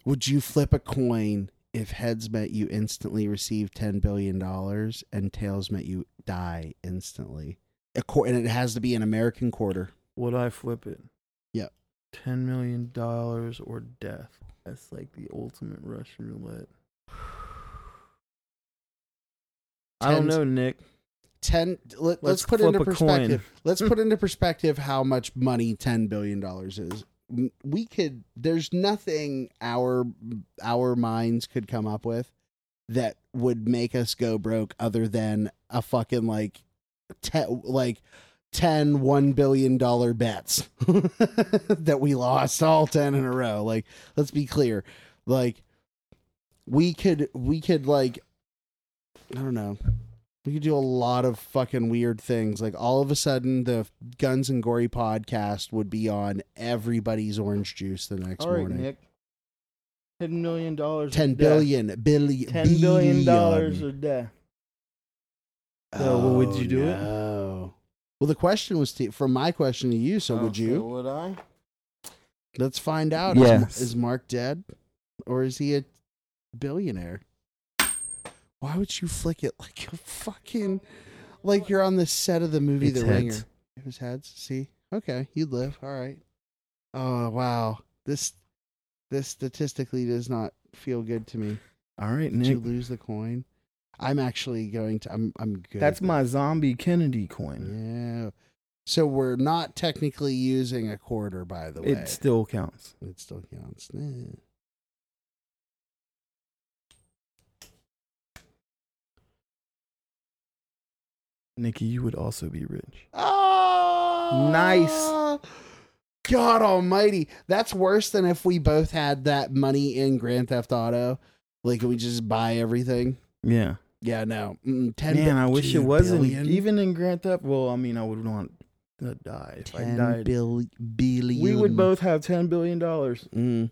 Speaker 2: Would you flip a coin if heads meant you instantly receive ten billion dollars and tails meant you die instantly? A qu- and it has to be an American quarter.
Speaker 1: Would I flip it?
Speaker 2: Yep.
Speaker 1: $10 million or death. That's like the ultimate Russian roulette. I don't
Speaker 2: Tens-
Speaker 1: know, Nick.
Speaker 2: Ten. Let, let's,
Speaker 1: Let's
Speaker 2: put
Speaker 1: flip
Speaker 2: into
Speaker 1: a coin.
Speaker 2: perspective. Let's put into perspective how much money ten billion dollars is. M- We could. There's nothing our our minds could come up with that would make us go broke other than a fucking like, te- like. 10 1 billion dollar bets that we lost all 10 in a row like let's be clear like we could we could like i don't know we could do a lot of fucking weird things. Like all of a sudden, the Guns and Gory podcast would be on everybody's orange juice the next
Speaker 1: All right,
Speaker 2: morning.
Speaker 1: Nick. Ten million dollars.
Speaker 2: Ten billion, billi-
Speaker 1: Ten billion dollars
Speaker 2: billion.
Speaker 1: or death. So, well, would you do it?
Speaker 2: Oh, no. Well, the question was to, from my question to you. So,
Speaker 1: Oh,
Speaker 2: would you?
Speaker 4: Would I?
Speaker 2: Let's find out.
Speaker 1: Yes.
Speaker 2: Is, is Mark dead, or is he a billionaire? Why would you flick it like a fucking, like you're on the set of the movie
Speaker 1: It's
Speaker 2: The
Speaker 1: heads.
Speaker 2: Ringer? It was heads. See, okay, you'd live. All right. Oh wow, this this statistically does not feel good to me.
Speaker 1: All right,
Speaker 2: Did
Speaker 1: Nick.
Speaker 2: you lose the coin? I'm actually going to. I'm I'm good.
Speaker 1: That's
Speaker 2: at
Speaker 1: my zombie Kennedy coin.
Speaker 2: Yeah. So we're not technically using a quarter, by the way.
Speaker 1: It still counts.
Speaker 2: It still counts. Eh.
Speaker 1: Nikki, you would also be rich.
Speaker 2: Oh,
Speaker 1: Nice.
Speaker 2: God Almighty, that's worse than if we both had that money in Grand Theft Auto. Like we just buy everything.
Speaker 1: Yeah.
Speaker 2: Yeah, no. Mm, Ten.
Speaker 1: Man, I wish it wasn't.
Speaker 2: billion.
Speaker 1: Even in Grand Theft. Well, I mean, I would want to die if I
Speaker 2: ten
Speaker 1: died.
Speaker 2: bill- billion.
Speaker 1: we would both have ten billion dollars.
Speaker 2: Mm.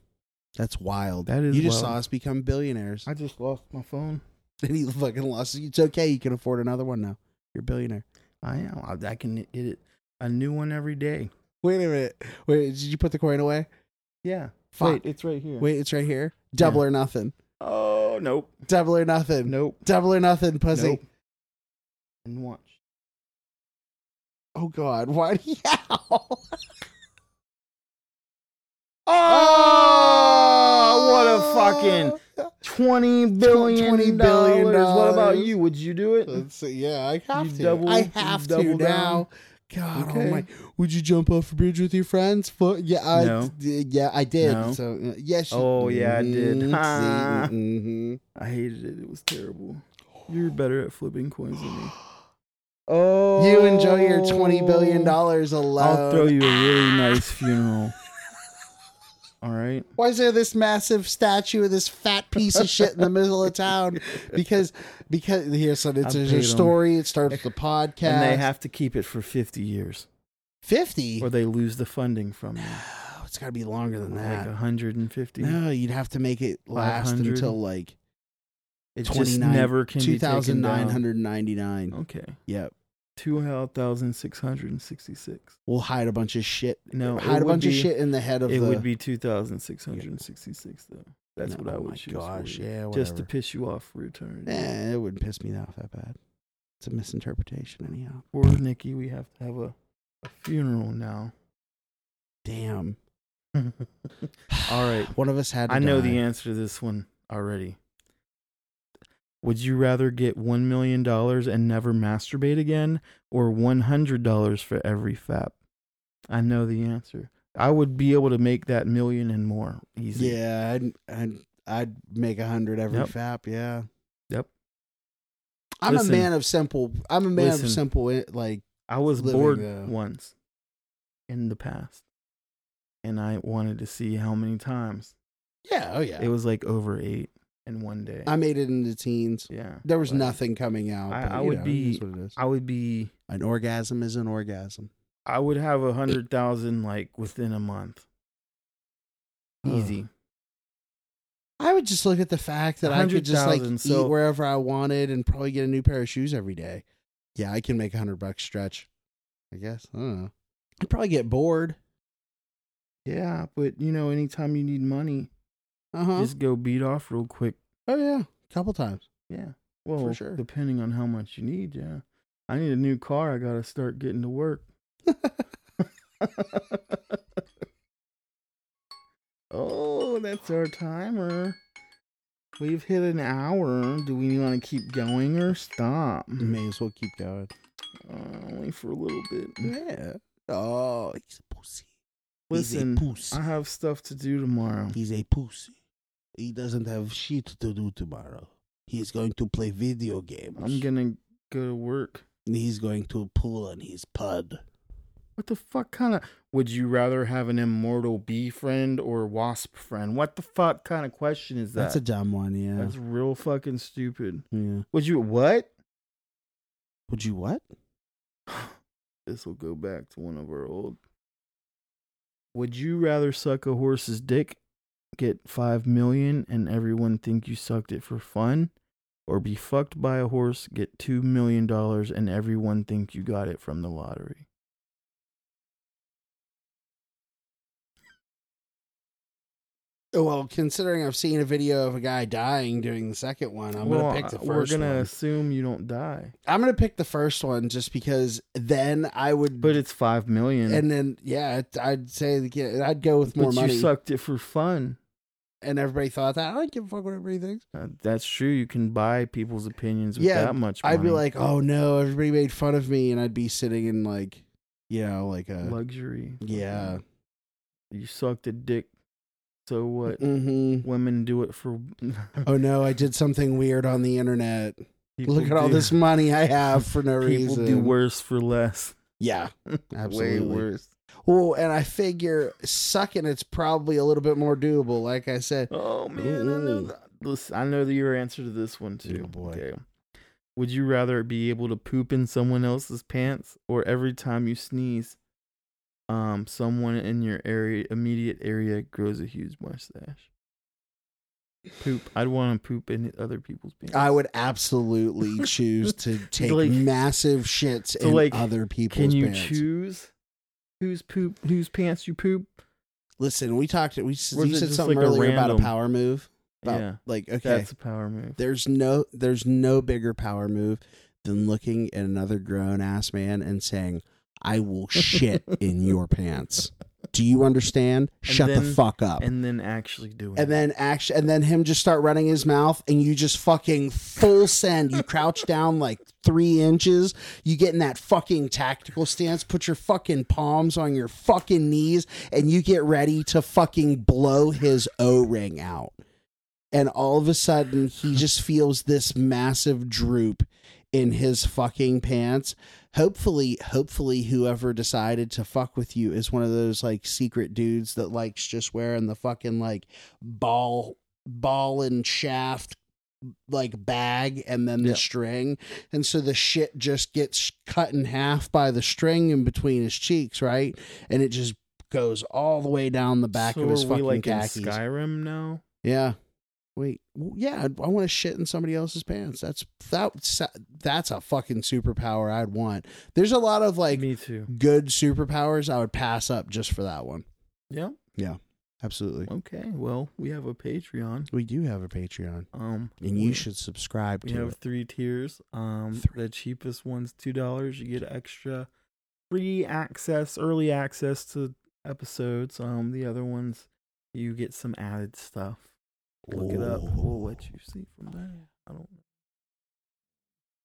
Speaker 2: That's wild.
Speaker 1: That is
Speaker 2: You just
Speaker 1: wild.
Speaker 2: saw us become billionaires.
Speaker 1: I just lost my phone.
Speaker 2: And he fucking lost. It's okay. You can afford another one now. You're a billionaire.
Speaker 1: I am. I, I can get it. A new one every day.
Speaker 2: Wait a minute. Wait, did you put the coin away?
Speaker 1: Yeah.
Speaker 2: Fuck.
Speaker 1: Wait, it's right here.
Speaker 2: Wait, it's right here. Double or nothing.
Speaker 1: Oh nope.
Speaker 2: Double or nothing.
Speaker 1: Nope.
Speaker 2: Double or nothing, pussy.
Speaker 1: Nope. And watch.
Speaker 2: Oh God, why do you howl?
Speaker 1: Oh, what a fucking twenty billion
Speaker 2: $20 billion.
Speaker 1: dollars. What about you? Would you do it?
Speaker 2: Let's see. Yeah, I have
Speaker 1: You
Speaker 2: to.
Speaker 1: double-
Speaker 2: I
Speaker 1: you
Speaker 2: have to
Speaker 1: double
Speaker 2: now.
Speaker 1: down?
Speaker 2: God,
Speaker 1: Okay.
Speaker 2: oh my! Would you jump off a bridge with your friends? Fu- yeah, I,
Speaker 4: No.
Speaker 2: d- yeah, I did.
Speaker 4: No.
Speaker 2: So uh, yes. you-
Speaker 1: Oh, yeah, I did.
Speaker 2: Mhm,
Speaker 1: Ha.
Speaker 2: see, mhm.
Speaker 1: I hated it. It was terrible. You're better at flipping coins than me. Oh,
Speaker 2: You enjoy your twenty billion dollars alone.
Speaker 1: I'll throw you a really nice funeral. All right.
Speaker 2: Why is there this massive statue of this fat piece of shit in the middle of town? Because because here, so it's
Speaker 1: I
Speaker 2: there's
Speaker 1: paid
Speaker 2: a
Speaker 1: 'em.
Speaker 2: story. It starts with the podcast.
Speaker 1: And they have to keep it for 50 years
Speaker 2: fifty.
Speaker 1: or they lose the funding from you.
Speaker 2: Oh, it's got to be longer than
Speaker 1: Like
Speaker 2: that.
Speaker 1: 150.
Speaker 2: No, you'd have to make it last
Speaker 1: 500.
Speaker 2: until like
Speaker 1: it just
Speaker 2: 29
Speaker 1: never can
Speaker 2: two
Speaker 1: be
Speaker 2: thousand
Speaker 1: taken Oh.
Speaker 2: nine
Speaker 1: down.
Speaker 2: hundred ninety nine.
Speaker 1: Okay.
Speaker 2: Yep.
Speaker 1: 2,666.
Speaker 2: We'll hide a bunch of shit.
Speaker 1: No, it
Speaker 2: hide a
Speaker 1: would
Speaker 2: bunch of
Speaker 1: be-
Speaker 2: shit in the head of
Speaker 1: It
Speaker 2: the.
Speaker 1: would be 2,666 though. That's
Speaker 2: No,
Speaker 1: what I
Speaker 2: oh
Speaker 1: would
Speaker 2: my
Speaker 1: choose. for
Speaker 2: Gosh,
Speaker 1: you.
Speaker 2: yeah, whatever.
Speaker 1: Just to piss you off for eternity.
Speaker 2: Eh, it wouldn't piss me off that bad. It's a misinterpretation, anyhow.
Speaker 1: Poor Nikki, we have to have a, a funeral now.
Speaker 2: Damn.
Speaker 1: All right.
Speaker 2: One of us had. To
Speaker 1: I know the
Speaker 2: die.
Speaker 1: answer to this one already. Would you rather get $1 million and never masturbate again or $100 for every fap? I know the answer. I would be able to make that million and more easy.
Speaker 2: Yeah, I'd I'd, I'd make a hundred every
Speaker 1: Yep.
Speaker 2: fap. Yeah.
Speaker 1: Yep.
Speaker 2: I'm
Speaker 1: Listen.
Speaker 2: a man of simple. I'm a man
Speaker 1: Listen.
Speaker 2: of simple. eh, Like
Speaker 1: I was
Speaker 2: living,
Speaker 1: bored
Speaker 2: uh,
Speaker 1: once in the past, and I wanted to see how many times.
Speaker 2: yeah, oh yeah.
Speaker 1: It was like over eight in one day.
Speaker 2: I made it into teens.
Speaker 1: yeah,
Speaker 2: There was
Speaker 1: like,
Speaker 2: nothing coming out.
Speaker 1: I-
Speaker 2: but,
Speaker 1: I
Speaker 2: you
Speaker 1: would
Speaker 2: know,
Speaker 1: be-
Speaker 2: it is what it is.
Speaker 1: I would be.
Speaker 2: An orgasm is an orgasm.
Speaker 1: I would have a hundred thousand like within a month. Easy.
Speaker 2: I would just look at the fact that I could just like
Speaker 1: 100,000,
Speaker 2: eat
Speaker 1: so-
Speaker 2: wherever I wanted and probably get a new pair of shoes every day. Yeah, I can make a hundred bucks stretch. I guess. I don't know. I'd probably get bored.
Speaker 1: Yeah, but you know, anytime you need money,
Speaker 2: Uh huh.
Speaker 1: just go beat off real quick.
Speaker 2: Oh yeah, a couple times.
Speaker 1: Yeah. Well,
Speaker 2: sure.
Speaker 1: depending on how much you need, yeah. I need a new car. I gotta start getting to work. oh, that's our timer. We've hit an hour. Do we want to keep going or stop?
Speaker 2: May as well keep going.
Speaker 1: Uh, only for a little bit.
Speaker 2: Yeah. Oh, he's a pussy.
Speaker 1: Listen,
Speaker 2: he's a
Speaker 1: I
Speaker 2: pussy.
Speaker 1: have stuff to do tomorrow.
Speaker 2: He's a pussy. He doesn't have shit to do tomorrow. He's going to play video games.
Speaker 1: I'm gonna go to work.
Speaker 2: He's going to pull on his pud.
Speaker 1: What the fuck kind of would you rather have an immortal bee friend or wasp friend? What the fuck kind of question is that?
Speaker 2: That's a dumb one. Yeah.
Speaker 1: That's real fucking stupid.
Speaker 2: yeah.
Speaker 1: Would you what?
Speaker 2: Would you what?
Speaker 1: This will go back to one of our old. Would you rather suck a horse's dick, get 5 million and everyone think you sucked it for fun, or be fucked by a horse, get 2 million dollars and everyone think you got it from the lottery?
Speaker 2: Oh, Well, considering I've seen a video of a guy dying during the second one, I'm
Speaker 1: Well,
Speaker 2: gonna pick the
Speaker 1: uh, We're
Speaker 2: 1st
Speaker 1: gonna
Speaker 2: one.
Speaker 1: assume you don't die.
Speaker 2: I'm gonna pick the first one just because then I would.
Speaker 1: But it's 5 million.
Speaker 2: and then yeah, it- I'd say the kid- I'd go with
Speaker 1: but
Speaker 2: more money.
Speaker 1: you sucked it for fun.
Speaker 2: And everybody thought that I don't give a fuck what everybody thinks.
Speaker 1: Uh, that's true. You can buy people's opinions with
Speaker 2: Yeah,
Speaker 1: that much money.
Speaker 2: I'd be like, oh no, everybody made fun of me, and I'd be sitting in like, you know, like a
Speaker 1: luxury.
Speaker 2: yeah,
Speaker 1: Uh, You sucked a dick. So what?
Speaker 2: hmm
Speaker 1: Women do it for.
Speaker 2: Oh no, I did something weird on the internet.
Speaker 1: People
Speaker 2: Look at all
Speaker 1: do-
Speaker 2: this money I have for no
Speaker 1: People
Speaker 2: reason.
Speaker 1: do worse for less.
Speaker 2: Yeah, absolutely.
Speaker 1: Way worse.
Speaker 2: Well, and I figure sucking it's probably a little bit more doable. Like I said,
Speaker 1: Oh man, I know
Speaker 2: Ooh.
Speaker 1: that. Listen, I know the your answer to this one too.
Speaker 2: Oh, boy.
Speaker 1: Okay. Would you rather be able to poop in someone else's pants, or every time you sneeze, um, someone in your area, immediate area, grows a huge mustache? Poop. I'd want to poop in other people's pants.
Speaker 2: I would absolutely choose to take
Speaker 1: Like-
Speaker 2: massive shits
Speaker 1: So,
Speaker 2: in
Speaker 1: like,
Speaker 2: other people's
Speaker 1: Can you
Speaker 2: pants.
Speaker 1: choose whose poop, whose pants you poop?
Speaker 2: Listen, we talked. We s-
Speaker 1: Or is
Speaker 2: you
Speaker 1: it
Speaker 2: said
Speaker 1: just
Speaker 2: something
Speaker 1: like a
Speaker 2: earlier about a
Speaker 1: random-
Speaker 2: power move. About,
Speaker 1: yeah,
Speaker 2: Like okay,
Speaker 1: that's a power move.
Speaker 2: there's no there's no bigger power move than looking at another grown ass man and saying, "I will shit in your pants." Do you understand? Shut the
Speaker 1: then-
Speaker 2: fuck up.
Speaker 1: and then actually do it.
Speaker 2: and then actually, and then him just start running his mouth, and you just fucking full send. You crouch down like three inches. You get in that fucking tactical stance. Put your fucking palms on your fucking knees, and you get ready to fucking blow his O ring out. And all of a sudden, he just feels this massive droop in his fucking pants. Hopefully, hopefully, whoever decided to fuck with you is one of those like secret dudes that likes just wearing the fucking like ball, ball and shaft like bag and then the
Speaker 1: Yeah.
Speaker 2: string. And so the shit just gets cut in half by the string in between his cheeks, right? And it just goes all the way down the back
Speaker 1: so
Speaker 2: of his
Speaker 1: are we
Speaker 2: fucking
Speaker 1: like
Speaker 2: khakis.
Speaker 1: in Skyrim now?
Speaker 2: Yeah. Wait. Well, yeah, I'd- I want to shit in somebody else's pants. That's that. That's a fucking superpower I'd want. There's a lot of like
Speaker 1: Me too.
Speaker 2: good superpowers I would pass up just for that one.
Speaker 1: Yeah.
Speaker 2: Absolutely.
Speaker 1: Okay. Well, we have a Patreon.
Speaker 2: We do have a Patreon,
Speaker 1: Um,
Speaker 2: and
Speaker 1: we-
Speaker 2: you should subscribe
Speaker 1: We
Speaker 2: to
Speaker 1: have
Speaker 2: it.
Speaker 1: three tiers. Um,
Speaker 2: Three.
Speaker 1: the cheapest one's two dollars. You get extra free access, early access to episodes. Um, the other ones, you get some added stuff. Look it up. We'll let you see from there. I don't. know.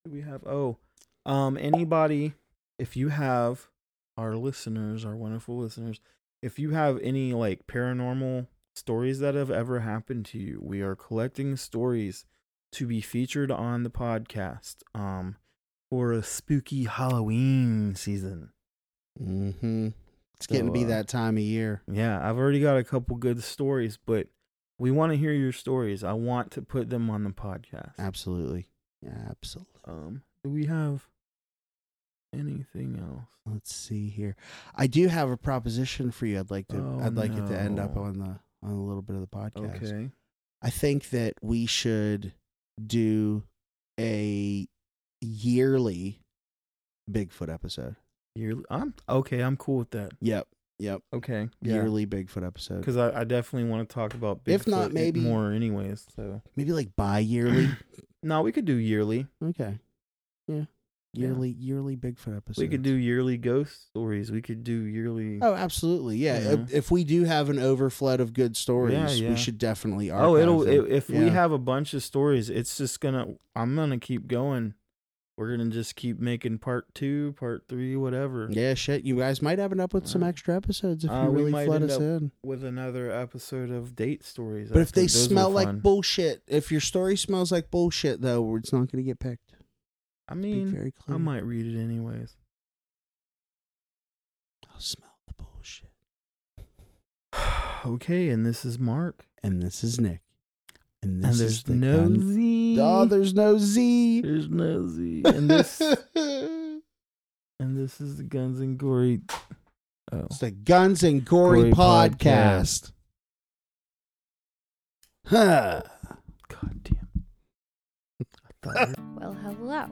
Speaker 1: Do we have? Oh, um, anybody, if you have our listeners, our wonderful listeners, if you have any like paranormal stories that have ever happened to you, we are collecting stories to be featured on the podcast. Um, for a spooky Halloween season.
Speaker 2: Mm-hmm. It's getting to be
Speaker 1: So, uh,
Speaker 2: that time of year.
Speaker 1: Yeah, I've already got a couple good stories, but we want to hear your stories. I want to put them on the podcast.
Speaker 2: Absolutely. Absolutely.
Speaker 1: Um, do we have anything else?
Speaker 2: Let's see here. I do have a proposition for you. I'd like to.
Speaker 1: Oh,
Speaker 2: I'd like it to end up
Speaker 1: no.
Speaker 2: on the on a little bit of the podcast.
Speaker 1: Okay.
Speaker 2: I think that we should do a yearly Bigfoot episode.
Speaker 1: Yearly. I'm okay. I'm cool with that.
Speaker 2: Yep. Yep.
Speaker 1: Okay. Yeah.
Speaker 2: Yearly Bigfoot episode.
Speaker 1: Because I, I definitely want to talk about Bigfoot
Speaker 2: If not,
Speaker 1: i-
Speaker 2: maybe-
Speaker 1: more, anyways. So
Speaker 2: Maybe like bi yearly.
Speaker 1: no, we could do yearly.
Speaker 2: okay. Yeah.
Speaker 1: Yeah.
Speaker 2: Yearly yearly Bigfoot episode.
Speaker 1: We could do yearly ghost stories. We could do yearly.
Speaker 2: Oh, absolutely. Yeah.
Speaker 1: You
Speaker 2: If-
Speaker 1: know.
Speaker 2: If, we do have an overflood of good stories,
Speaker 1: yeah.
Speaker 2: we should definitely archive
Speaker 1: Oh, it'll
Speaker 2: them.
Speaker 1: i if we
Speaker 2: Yeah.
Speaker 1: have a bunch of stories, it's just gonna. I'm gonna keep going. We're gonna just keep making part two, part three, whatever,
Speaker 2: Yeah, shit. You guys might end up with some
Speaker 1: Uh,
Speaker 2: extra episodes if
Speaker 1: uh,
Speaker 2: you
Speaker 1: we
Speaker 2: really
Speaker 1: might
Speaker 2: flood
Speaker 1: end
Speaker 2: us
Speaker 1: up-
Speaker 2: in.
Speaker 1: with another episode of date stories.
Speaker 2: But if
Speaker 1: after.
Speaker 2: they
Speaker 1: Those were
Speaker 2: smell like
Speaker 1: fun.
Speaker 2: bullshit, if your story smells like bullshit, though, it's not going to get picked.
Speaker 1: I
Speaker 2: Be
Speaker 1: mean,
Speaker 2: very clear.
Speaker 1: I might read it anyways.
Speaker 2: I'll smell the bullshit.
Speaker 1: okay, and this is Mark.
Speaker 2: And this is Nick. And
Speaker 1: and
Speaker 2: this
Speaker 1: there's
Speaker 2: is the E.
Speaker 1: no
Speaker 2: con-
Speaker 1: Z.
Speaker 2: Oh, there's no Z.
Speaker 1: There's no Z. And this
Speaker 2: it's
Speaker 1: and this is the Guns and Gory. Oh,
Speaker 2: the Guns and
Speaker 1: Gory
Speaker 2: Gory, podcast. Huh.
Speaker 1: god damn. I thought it-
Speaker 5: Well, hello.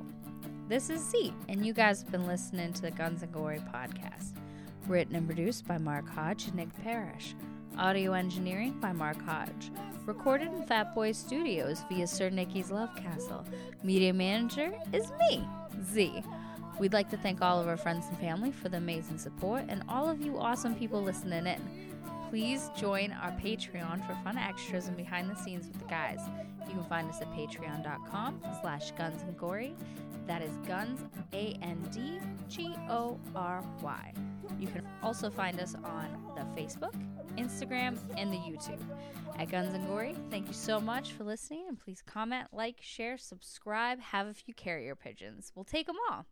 Speaker 5: This is Z, and you guys have been listening to the Guns and Glory podcast. Written and produced by Mark Hodge and Nick Parrish. Audio engineering by Mark Hodge. Recorded in Fat Boy Studios via Sir Nicky's Love Castle. Media manager is me, Z. We'd like to thank all of our friends and family for the amazing support and all of you awesome people listening in. Please join our Patreon for fun extras and behind the scenes with the guys. You can find us at patreon.com slash guns and gory. That is guns, A N D G O R Y. You can also find us on the Facebook, Instagram, and the YouTube at Guns and Gory. Thank you so much for listening, and please comment, like, share, subscribe, have a few carrier pigeons. We'll take them all.